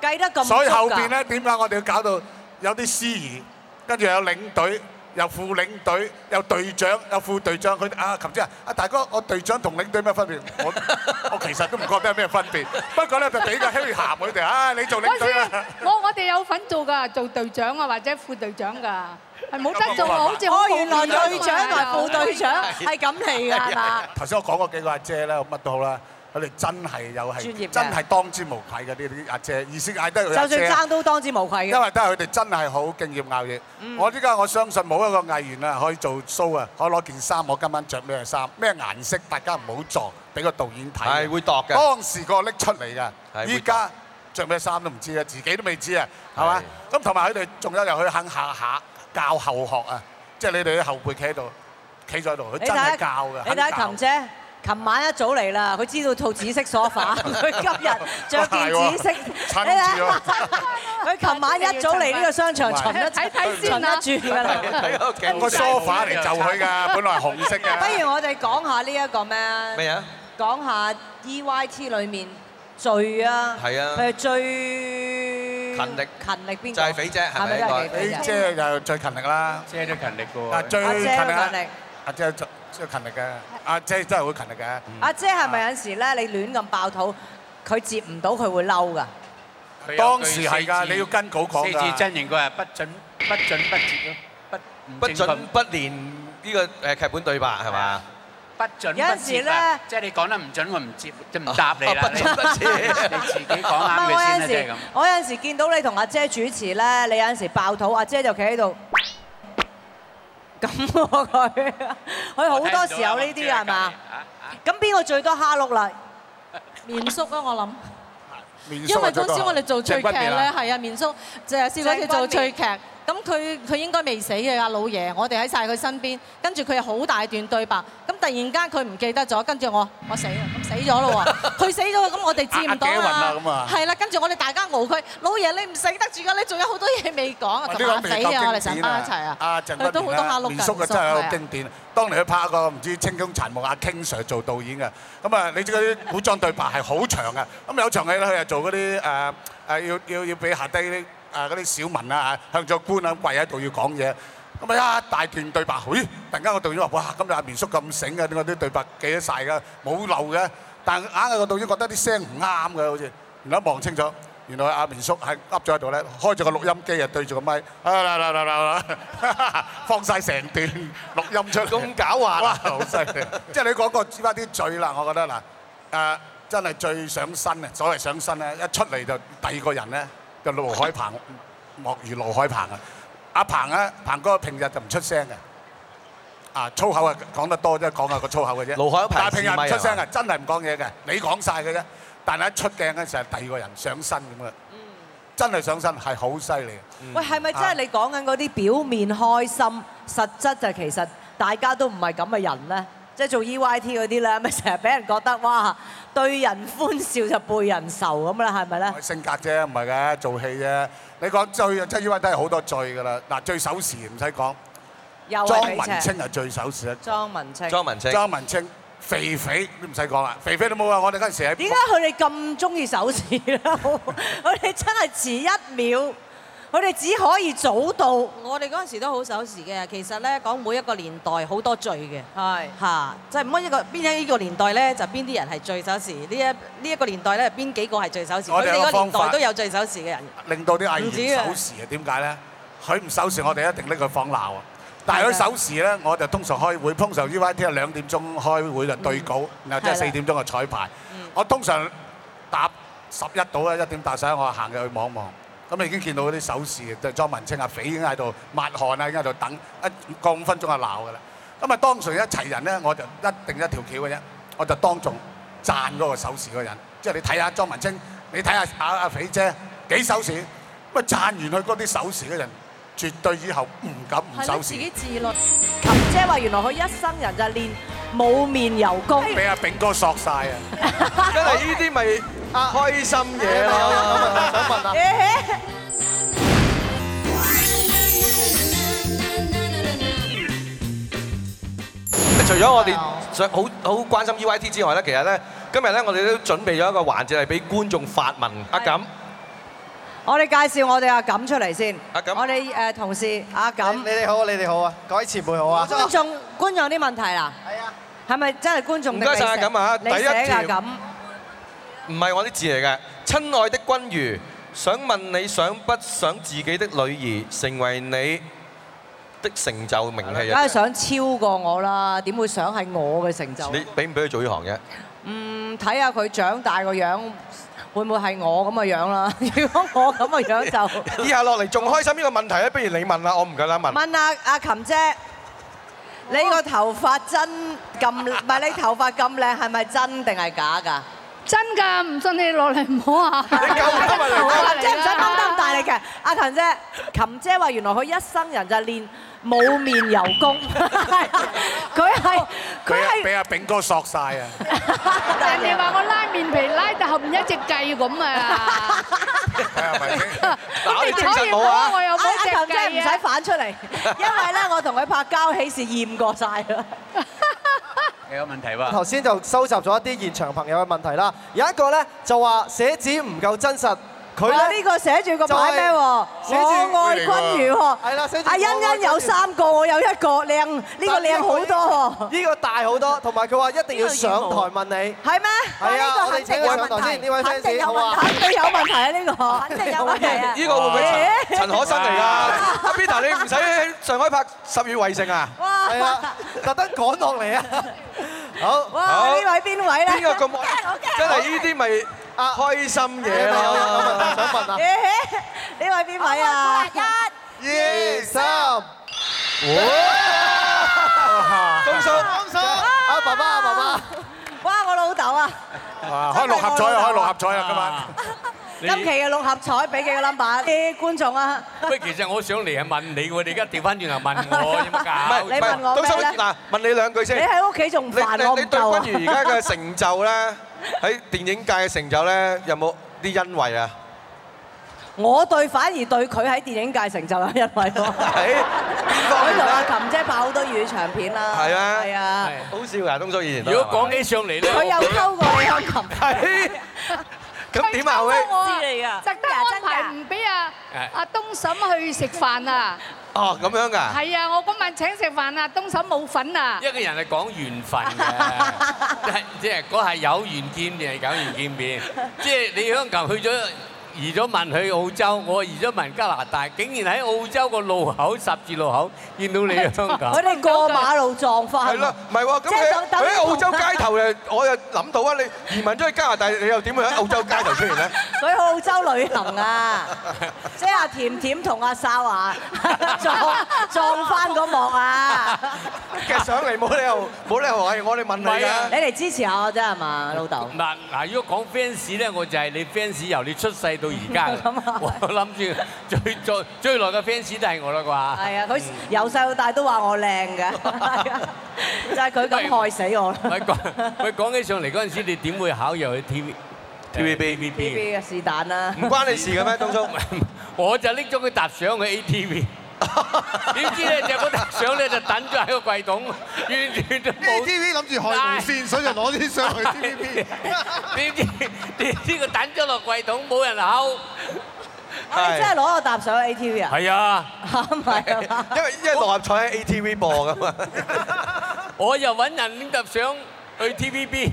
B: 計得咁足㗎
K: 所以後邊咧，點解我哋要搞到有啲司儀，跟住有領隊。有副領隊，有隊長，有副隊長，佢哋啊，琴姐啊，啊大哥，我隊長同領隊咩分別？我我其實都唔覺得有咩分別，不過咧就俾個 Harry 鹹佢哋，啊你做領隊啦。
E: 我我哋有份做㗎，做隊長啊或者副隊長㗎，係冇得做啊，好似好
B: 哦，原來
E: 無聊啊
B: 隊長同埋副隊長係咁嚟㗎，係嘛？
K: 頭先我講嗰幾個阿姐咧，乜都好啦，佢哋真係有係
B: 專業嘅
K: 真係當之無愧嘅呢啲阿姐，意思嗌得佢阿
B: 就算
K: 姐。
B: 爭都當之無愧嘅。
K: 因為都係佢哋真係好敬業熬夜。
B: 哎嗯
K: 我依家我相信冇一個藝員啊可以做 show 啊，可以攞件衫，我今晚着咩衫，咩顏色，大家唔好撞，俾個導演睇。啊
D: 係會度嘅
K: 當時個拎出嚟
D: 係
K: 嘅，
D: 會
K: 依家着咩衫都唔知啊，自己都未知啊，係嘛？咁同埋佢哋仲有又去肯下下教後學啊，即係你哋啲後輩企喺度，企咗喺度，佢
B: 你
K: 真
B: 睇
K: 係教嘅。
B: 你睇下琴姐。琴晚一早嚟啦，佢知道套紫色梳 化，佢今日着件紫色，
K: 襯
B: 你
K: 住
B: 睇
K: 喎
B: 佢琴晚一早嚟呢個商場巡一
E: 睇睇
B: 巡
E: 先啦
B: 一轉㗎啦。
D: 啊
K: 個 sofa 嚟就佢㗎，本來係紅色嘅。
B: 不如我哋講下呢一個咩啊？
D: 咩啊？
B: 講下 EYT 裏面最啊，
D: 係啊
B: 誒最
D: 勤力
B: 勤力邊個？
D: 就係肥姐係
B: 係
D: 咪
B: 咪
D: 應
B: 都
D: 該
B: 係肥
K: 你
B: 姐？
K: 姐就最勤力啦，
F: 姐都勤力嘅
K: 啊最
B: 阿
K: 勤
B: 姐
K: 力
B: 都
K: 啦
B: 勤力，
K: 阿姐最最勤力嘅，阿姐真係好勤力嘅。
F: 嗯
B: 嗯阿姐係咪有時咧你亂咁爆肚，佢接唔到佢會嬲㗎？
F: 佢有句
K: 當時係
F: 四
K: 㗎，
F: 字
K: 你要跟稿講㗎。
F: 四字真言佢係不準不準不節咯，不
D: 不準不連呢個誒劇本對白係嘛？
F: 不準不
B: 有陣時
F: 節
B: 咧
F: 啊！即係你講得唔準，我唔接，即係唔答你啦。
D: 哦不準不節
F: 你自己講
B: 唔
F: 啱
B: 係
F: 佢
B: 我有
F: 先啦，啊
B: 陣
F: 即係
B: 時
F: 咁。，
B: 我有陣時見到你同阿姐主持咧，你有陣時爆肚，阿姐就企喺度。咁喎 佢，佢好多時候呢啲啊係
D: 啊
B: 嘛？咁
F: 啊
B: 邊個最多蝦碌啦？
G: 面叔啊，我諗。
K: 面啊
G: 因為嗰陣時我哋做
K: 最
G: 趣劇咧，係啊，面叔就係試過一次做趣劇，咁佢佢應該未死嘅阿老爺，我哋喺晒佢身邊，跟住佢有好大段對白，咁突然間佢唔記得咗，跟住我我死啦，咁死咗咯 喎，佢死咗，咁我哋接唔到
K: 啊啊
G: 啦
K: 幾暈啊咁啊，
G: 係啦，跟住我哋大家熬佢，老爺你唔死得住㗎，你仲有好多嘢未講啊，
K: 呢
G: 咁
K: 個
G: 啊
K: 未
G: 死
K: 夠經
G: 啊，我哋成
K: 典
G: 班一齊啊，
K: 阿
G: 佢
K: 鄭
G: 都好
K: 君
G: 多蝦
K: 綿
G: 碌
K: 咧，
G: 㗎
K: 面叔嘅真係好
G: 啊
K: 經典。當年佢拍一個唔知《清宮殘夢》，阿 King Sir 做導演嘅，咁啊，你知嗰啲古裝對白係好長嘅。咁有場戲咧，佢係做嗰啲誒誒，要要要俾下低啲誒嗰啲小民啊、向咗官啊跪喺度要講嘢。咁啊一大段對白，咦！突然間個導演話：哇！今日阿面叔咁醒嘅，點解啲對白記得晒㗎？冇漏嘅。但硬係個導演覺得啲聲唔啱嘅，好似。然後一望清楚，原來阿面叔係噏咗喺度咧，開咗個錄音機啊，對住個咪，啊啦啦啦啦啦， 放晒成段錄音出嚟。咁狡猾啊哇！好犀利！即係你講個芝麻啲嘴啦，我覺得嗱，誒真係最上身啊！所謂上身咧，一出嚟就第二個人咧，就盧海鵬，莫如盧海鵬啊！阿鵬啊，鵬哥平日就唔出聲嘅。啊，粗口啊講得多啫，講下個粗口嘅啫。
D: 盧海鵬
K: 但係平日唔出聲
D: 試咪
K: 啊，真係唔講嘢嘅，你講晒嘅啫。但係一出鏡咧，就係第二個人上身咁嘅，真係上身係好犀利。
F: 嗯
B: 喂，係咪真係你講緊嗰啲表面開心，實質就其實大家都唔係咁嘅人咧？即係做 EYT 嗰啲咧，咪成日俾人覺得哇，對人歡笑就背人愁咁啦，係咪咧？
K: 性格啫，唔係嘅，做戲啫。你講最啊，即係依位都係好多最㗎啦。嗱，最守時唔使講，
B: 又
K: 莊
B: 係
K: 文
B: 肥
K: 清
B: 姐，
K: 係最守時啦。
B: 莊文清，
K: 莊文清，肥肥都唔使講啦，肥肥都冇啊！我哋嗰陣時喺
B: 點解佢哋咁中意手指咧？ 佢哋真係遲一秒，佢哋只可以早到。
L: 我哋嗰陣時都好守時嘅，其實咧講每一個年代好多罪嘅，
B: 係
L: 嚇，即係每一個邊一個年代咧就邊啲人係最守時，呢一呢一個年代咧邊幾個係最守時，
K: 我
L: 佢
K: 哋有
L: 哋
K: 個
L: 個
K: 方
L: 年代
K: 法
L: 都有最守時嘅人。
K: 令到啲
L: 唔
K: 藝
L: 止
K: 員
L: 啊
K: 守時啊？點解咧？佢唔守時，我哋一定拎佢放鬧啊！但係佢守時咧，我就通常開會，通常 UYT 係兩點鐘開會就對稿，然後即係
N: 係啦
K: 四點鐘就彩排。我通常搭十一到啊，一點搭十一，我行入去望一望，咁你已經見到嗰啲手勢，就莊文清啊、肥已經喺度抹汗啊，已經喺度等，一過五分鐘就鬧噶啦。咁啊，當場一齊人咧，我就一定一條橋嘅啫，我就當眾讚嗰個手勢嗰個人，即係你睇下莊文清，你睇下阿阿肥姐幾手勢，咁啊讚完佢嗰啲手勢嗰人，絕對以後唔敢唔手勢。
B: 自律。琴姐話原來佢一生人就係練冇面油功。
K: 俾阿炳哥索晒啊！
D: 真係呢啲咪開心嘢咯。想問啊，除咗我哋想好好關心 EYT 之外咧，其實咧今日咧我哋都準備咗一個環節係俾觀眾發問。阿錦，
B: 我哋介紹我哋阿錦出嚟先。阿錦，我哋誒同事阿錦。你哋好，你哋好啊，各位前輩好啊。觀眾觀眾有啲問題啦。係啊。係咪真係觀眾？
D: 唔該晒阿錦啊
B: 你
D: 第一條
B: 寫㗎錦。
D: 唔係我啲字嚟嘅，親愛的君如，想問你想不想自己的女兒成為你的成就名氣
B: 梗
D: 啊
B: 係？想超過我啦，點會想係我嘅成就？
D: 你俾唔俾佢做呢行嘅？
B: 嗯，睇下佢長大個樣，會唔會係我咁嘅樣啦？如果我咁嘅樣就
D: 以下落嚟仲開心呢個問題咧，不如你問啦，我唔 夠膽問。
B: 問阿阿琴姐，你個頭髮真咁，唔係你頭髮咁靚，係咪真定係假㗎？
E: 真㗎，唔信你落嚟摸下。
B: 琴姐唔使擔心大力嘅，阿琴姐，琴姐話原來佢一生人就係練冇面油功，佢係
K: 佢係俾阿炳哥索晒啊！
E: 人哋話我拉面皮拉到後面一隻雞咁啊！
D: 打
E: 你精神冇啊我又冇隻
B: 阿阿琴
E: 計啊
B: 姐唔使反出嚟，因為咧我同佢拍交喜事驗過晒啦。
F: 你有問題喎？
Q: 頭先就收集咗一啲現場朋友嘅問題啦，有一個咧就話寫紙唔夠真實，佢
B: 哇
Q: 咧
B: 呢個寫住個
Q: 就
B: 牌
Q: 係
B: 咩喎？
Q: 寫住
B: 我愛君如喎。
Q: 係啦，寫住
B: 阿欣
Q: 我愛
B: 欣
Q: 君如
B: 有三個，我有一個靚，呢個靚好多喎。
Q: 呢個大好多，同埋佢話一定要上台問你，
B: 係咩？
Q: 係
B: 呢個
Q: 啊，我哋請佢上台先，呢位 fans 好啊，
B: 肯定有問題啊！呢個
Q: 肯
B: 定有問題啊
D: 呢個會唔會陳陳可 辛嚟㗎？阿 Peter，你唔使喺上海拍《十月圍城》啊？
Q: 係啊，特登趕落嚟啊，好，
B: 哇
D: 好
B: 呢位邊位咧？
D: 邊 個咁真係呢啲咪開心嘢
Q: 有有有
D: 咯
Q: 問？題想 問啊
B: 咦呢位邊位啊？
Q: 一、二、三。
D: 恭叔，
Q: 恭叔，阿爸爸，阿爸爸，
B: 哇！我老豆啊，
K: 啊，開六合彩啊，開六合彩啊，
B: 今期嘅六合彩俾幾個 number 啲觀眾啊？
R: 喂，其實我想嚟係問你喎，你而家調翻轉頭問我，有冇搞？
D: 唔係唔
B: 你問我
D: 係，東叔
B: 咩咧
D: 嗱，問你兩句
B: 你
D: 先。
B: 喺屋企仲
D: 你
B: 煩我
D: 你
B: 唔
D: 你
B: 夠啊
D: 對君如而家嘅成就咧，喺電影界嘅成就咧，有冇啲欣慰啊？
B: 我對反而對佢喺電影界成就有欣慰 喎。佢同阿琴姐拍好多粵語長片啦。
D: 係啊，
B: 係啊。
D: 好笑㗎，東叔以前都。
R: 如果講起上嚟咧，
B: 佢又溝過你阿琴。
D: 係。咁點啊？喂，
E: 特登安排唔俾阿
D: 係
E: 阿東嬸去食飯啊！
D: 哦咁樣㗎。
E: 係啊，我嗰晚請食飯啊，東嬸冇 份 啊！
R: 一個人係講緣分嘅，即係即係嗰係有緣見面係有緣見面。即係你香港去咗移咗民去澳洲，我移咗民加拿大，竟然喺澳洲個路口十字路口見到你喺香 港。
B: 佢哋過馬路撞翻。
D: 係咯，唔係喎，咁
B: 即係
D: 佢
B: 等等
D: 佢喺
B: 同
D: 澳洲街頭誒，我又諗到啊，你移民咗去加拿大，你又點會喺澳洲街頭出現咧？
B: 佢去澳洲旅行啊，即係阿甜甜同阿哨啊 撞撞翻嗰幕啊！
D: 其實上嚟冇理由冇理由係我哋問你
R: 唔係啊
D: 㗎
B: 你。嚟支持下我啫係嘛，老豆。
R: 嗱嗱，如果講 fans 咧，我就係你 fans 由你出世到而家㗎，我諗住最最最耐嘅 fans 都係我啦啩。
B: 係啊，佢由細到大都話我靚 㗎，就係佢咁害死我啦。
R: 喂講喂講起上嚟嗰陣時，你點會考入去 TV TVB TVB
B: B
R: 嘅？
B: B 嘅是但啦，
R: 唔關你事嘅咩，東叔？ 我就拎咗佢沓相去 ATV。點知咧就嗰沓相咧就等咗喺個櫃桶，完全都冇。
J: ATV 諗住害無線所以就攞啲相 去 TVB
R: 點知點知佢等咗落櫃桶冇人口。
B: 你真係攞個搭上 A T V 啊？
R: 係啊，
B: 唔係啊
D: 因為因為六合彩喺 ATV 播㗎嘛。
R: 我又揾人拎沓相去 TVB，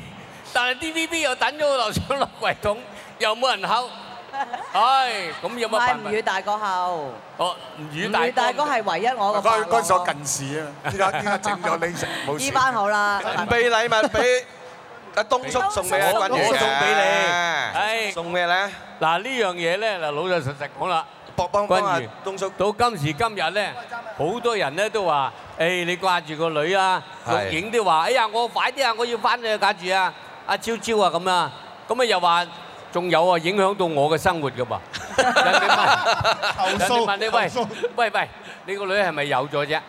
R: 但係 TVB 又等咗我沓相落櫃桶，又冇人口。唉，咁有
B: 唔
R: 乜
B: 係
R: 辦
B: 吳
R: 法？
B: 宇大哥後，
R: 哦，吳宇
B: 吳宇大哥係唯一我個
K: 係嘛？嗰嗰時我近視啊，依家依家整咗呢成冇
B: 依
K: 事。
B: 班好啦。
D: 俾禮物俾阿東叔送俾阿君
R: 我
D: 如嘅
R: 送俾你，送咩咧？嗱呢樣嘢咧，嗱老老實實講啦，
D: 博幫幫阿東叔，
R: 到今時今日咧，好多人咧都話：，誒你掛住個女啊，
D: 係
R: 錄影都話：，哎呀我快啲啊，我要翻去掛住啊，阿超超啊咁啊，咁啊又話。仲有啊，影響到我嘅生活噶噃。人哋問，人哋問你喂喂喂，你個女係咪有咗啫？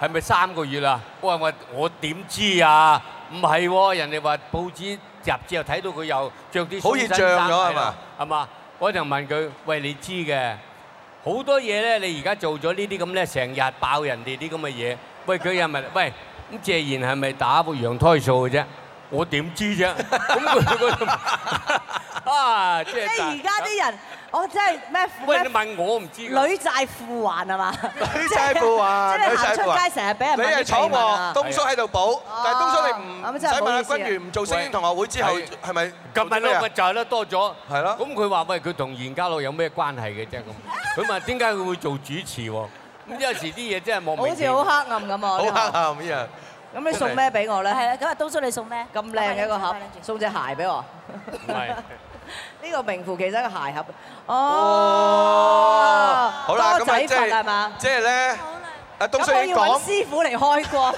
R: 係咪三個月啦？我話我我點知啊？唔係喎，人哋話報紙雜誌又睇到佢又着啲
D: 好似
R: 鬆身衫
D: 漲咗係嘛
R: 係啦係嘛？我就問佢：喂，你知嘅好多嘢咧，你而家做咗呢啲咁咧，成日爆人哋啲咁嘅嘢。喂，佢又咪喂咁謝賢係咪打個羊胎素嘅啫？我點知啫？咁佢佢就啊，即係
B: 即係而家啲人，我真係咩？
R: 喂，你問我唔知㗎。
B: 女債父還係嘛？
D: 女債父還，
B: 即係
D: 女
B: 你行
D: 債
B: 出
D: 父還
B: 街成日俾人
D: 你
B: 問
D: 係
B: 啲
D: 闖
B: 醜
D: 禍，東叔喺度補，但係東叔你唔
B: 咁
D: 唔
B: 真係唔
D: 使
B: 好
D: 問阿
B: 意思啊
D: 君如唔做星星同學會之後
R: 喂
D: 係咪？
R: 咁咪
D: 做啲咩
R: 咯，
D: 啊
R: 咪就係咯，多咗。係咯。咁佢話：喂，佢同袁家樂有咩關係嘅啫？ 咁佢問點解佢會做主持喎？咁有時啲嘢真係莫名
B: 好
R: 其
B: 似
R: 妙。
B: 好黑暗咁啊！
R: 好
B: 呢個
R: 黑暗呢樣。
B: 咁你送咩俾我咧？
I: 係啊，咁啊，東叔你送咩？
B: 咁靚嘅一個盒，送隻鞋俾我。
R: 唔係。
B: 呢個名副其實嘅鞋盒。哦，
D: 好啦，
B: 多
D: 咁啊
B: 仔
D: 即
B: 佛係
D: 係
B: 嘛？
D: 即係咧，阿東
B: 咁
D: 叔
B: 我
D: 已
B: 要
D: 經
B: 揾
D: 講，
B: 師傅嚟開光。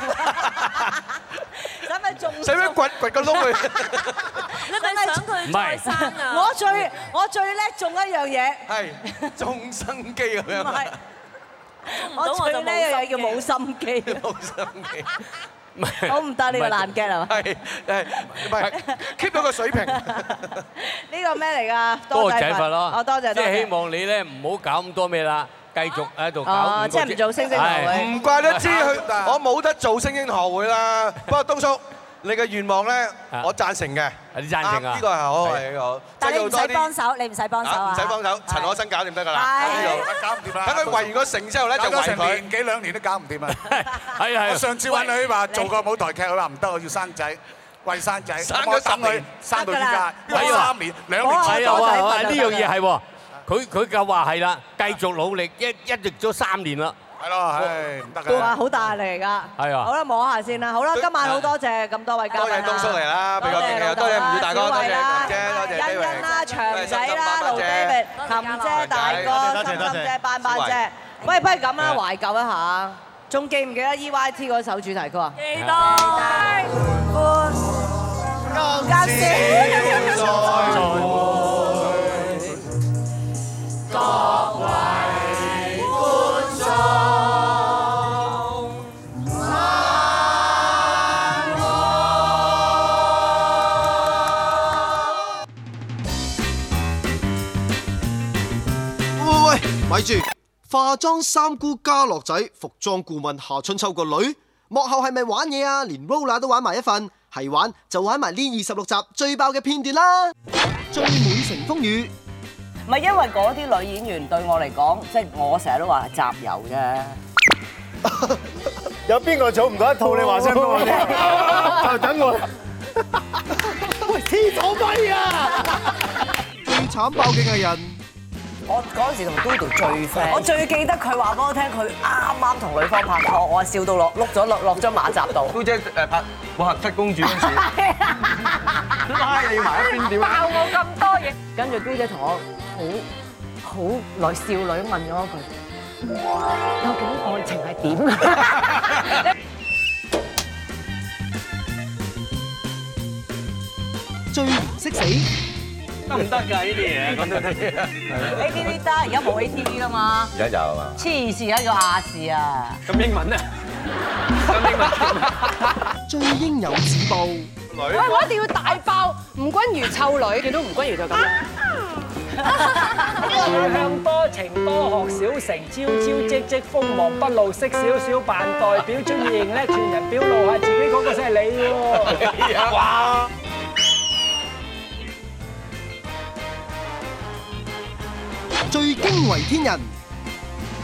B: 使咪仲？
D: 使唔使掘掘個窿去？
B: 你咪想佢
D: 再生啊
B: 我最我最叻中一樣嘢，
D: 係種生機咁樣
B: 唔係
D: 啊。
B: 我最叻一樣嘢叫冇心機。
D: 冇心機。
B: 好唔得呢個爛 g 係嘛？
D: 係係唔係 keep 到個水平？
B: 呢個咩嚟㗎？
R: 多仔
B: 謝
R: 法咯，
B: 哦，多謝
R: 即
B: 多
R: 係希
B: 謝。
R: 望你咧唔好搞咁多咩啦，繼續喺度搞
B: 哦
R: 五個
B: 即係唔
R: 節
B: 做星星學
R: 係
B: 會
D: 唔怪得知佢，我冇得做星星學會啦。不過東叔，你嘅願望咧，我贊成嘅。
R: 你贊成啊
D: 呢個係好係呢個好。
I: 但係你唔
D: 即係做多
I: 使
D: 啲
I: 幫手，你唔使幫手
D: 啊
P: à?
I: 啊！
D: 唔使幫手，陳可辛搞掂得㗎啦。
I: 係
D: 呢度
K: 搞唔掂啦。
D: 等佢圍完個城之後咧，就
K: 搞咗
D: 圍
K: 成
D: 佢。
K: 年幾兩年都搞唔掂啊！
R: 係係
K: 我上次揾佢話做個舞台劇，佢話唔得，我要生仔。為生仔，
R: 生咗
K: 我等
R: 十
K: 佢
R: 年哎
K: 生到
R: 得
K: 依
R: 㗎啦
K: 家，因為
R: à?
K: 三年兩年
R: 係啊，哇哇呢樣嘢係
K: 喎，
R: 喎，佢佢就話係啦，繼續努力，一一直咗三年啦。
K: 係咯，係唔得
B: 都話
K: 㗎。
B: 好大力㗎。
R: 係啊
B: 好啦，摸下先啦。好啦，今晚好多謝咁多位嘉
D: 多
B: 賓
D: 謝
B: 啦。
D: 東叔嚟啦，俾個
B: 多謝
D: 驚喜
B: 老
D: 啊！
B: 豆
D: 多謝
B: 啦
D: 吳宇大哥，
B: 小
D: 多謝
B: 慧啦
D: 林姐，多謝
B: 欣
D: David，
B: 欣啦、長仔啦、
D: 多
B: 盧 David
D: 謝心心姐、
B: 琴姐、大
D: 多謝
B: 哥、
D: 多謝
B: 心
D: 多謝
B: 心姐、班班
D: 小慧
B: 姐。喂，不如咁啦，
D: 係
B: 懷舊一下。仲記唔記得 EYT 嗰首主題曲啊？
I: 記
B: 得。
N: 今宵再
C: 喂喂喂，咪住！化妝三姑家樂仔，服裝顧問夏春秋個女，幕後係咪玩嘢啊？連 roller 都玩埋一份，係玩就玩埋呢二十六集最爆嘅片段啦！追滿城風雨，
A: 唔係因為嗰啲女演員對我嚟講，即係我成日都話集郵啫。
N: 有邊個做唔到一套？你話聲俾我聽，就等我。喂，黐咗咪啊！
C: 最慘爆嘅藝人。
A: 我嗰陣時同 Dodo 最 friend，我最記得佢話俾我聽，佢啱啱同女方拍拖，我係笑到落碌咗落落張馬扎度。 啊
D: 姑姐誒拍《武俠七公主》嗰陣時，拉你埋一邊點啊？
A: 我咁多嘢，跟住姑姐同我好好女少女問咗我一句：究竟愛情係點啊？
C: 最唔識死，
R: 得唔得㗎？呢
C: à,
R: 啲嘢咁都得
A: ATV 得，而家冇 ATV 啦嘛。
C: Dạ,
R: 而家就係嘛？
A: 黐線喺個亞視啊！
R: 咁英文咧？
C: 最應有自暴。
S: 喂，我一定要大爆吳君如湊女，見到吳君如就咁啦。
T: 向多情多學小成，朝朝夕夕鋒芒不露，識少少扮代表，中意型叻，全人表露下自己嗰個先係你喎。
N: 哇！
C: 最驚為天人。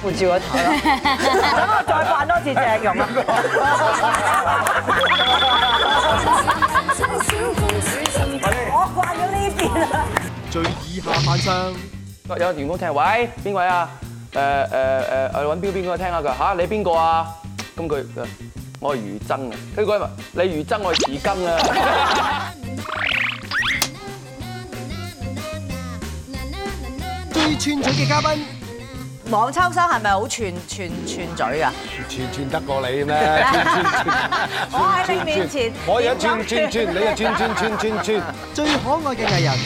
A: 換照一睇啦，等我再扮多次鄭融啊！我慣咗呢邊啊！
C: 最以下犯上，
T: 有員工聽，喂，邊位啊？誒誒誒，我揾標邊個聽下佢嚇，你邊個啊？咁佢，我係餘真嘅。跟住佢話：你餘真，我係匙羹啊。
L: 串嘴嘅嘉賓。
M: 黃秋生係咪好串串串嘴啊？
K: 串串得過 你咩？ 串串
M: 我喺你面前，
K: 我又串串串，你又串串串串串。
L: 最可愛嘅藝人，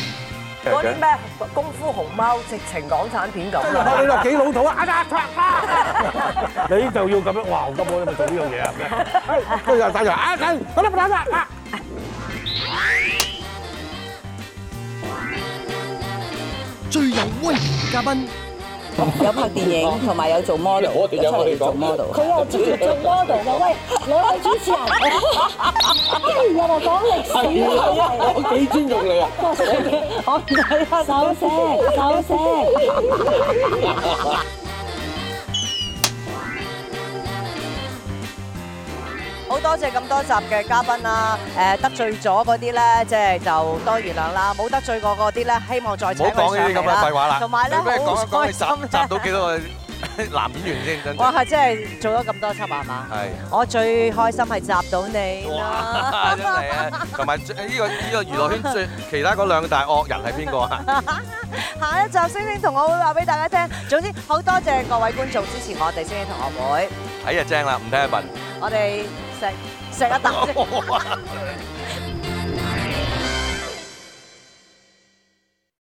M: 嗰啲咩功夫熊貓，直情港產片咁
C: 真係學你落幾老土啊！啊啊 你就要咁樣，哇！咁我咪做呢樣嘢啊！佢就打就啊緊，好啦，好啦，啊！
L: 最有威嚴嘅嘉賓。
I: 有拍電影同埋有做 model，
L: 我哋有
I: 出嚟做
L: 我哋講
I: model。
L: 佢又直接做
I: model 嘅，喂，兩位主持人， 跟住又話講歷史，
C: 係啊我幾尊重你啊
I: 我唔係啊，首飾，首飾。
B: 好多謝咁多集嘅嘉賓啦，誒得罪咗嗰啲咧，即係就多原諒啦；冇得罪過嗰啲咧，希望再請
D: 唔好
B: 佢上
D: 講呢啲
B: 嚟
D: 咁嘅廢
B: 啦。
D: 話啦。
B: 同埋咧，
D: 你不如
B: 好
D: 講一啊講
B: 開
D: 你
B: 心
D: 集集到幾多個 男演員先？真
B: 我
D: 係
B: 係真係做咗咁多輯係嘛？
D: 係。
B: 我最開心係集到你
D: 哇！ 真係啊，同埋呢個呢個娛樂圈最其他嗰兩大惡人係邊個啊？
B: 下一集星星同我會話俾大家聽。總之好多謝各位觀眾支持我哋星星同學會，
D: 哎睇就精啦，唔睇就笨。
B: 我哋食食一啖先。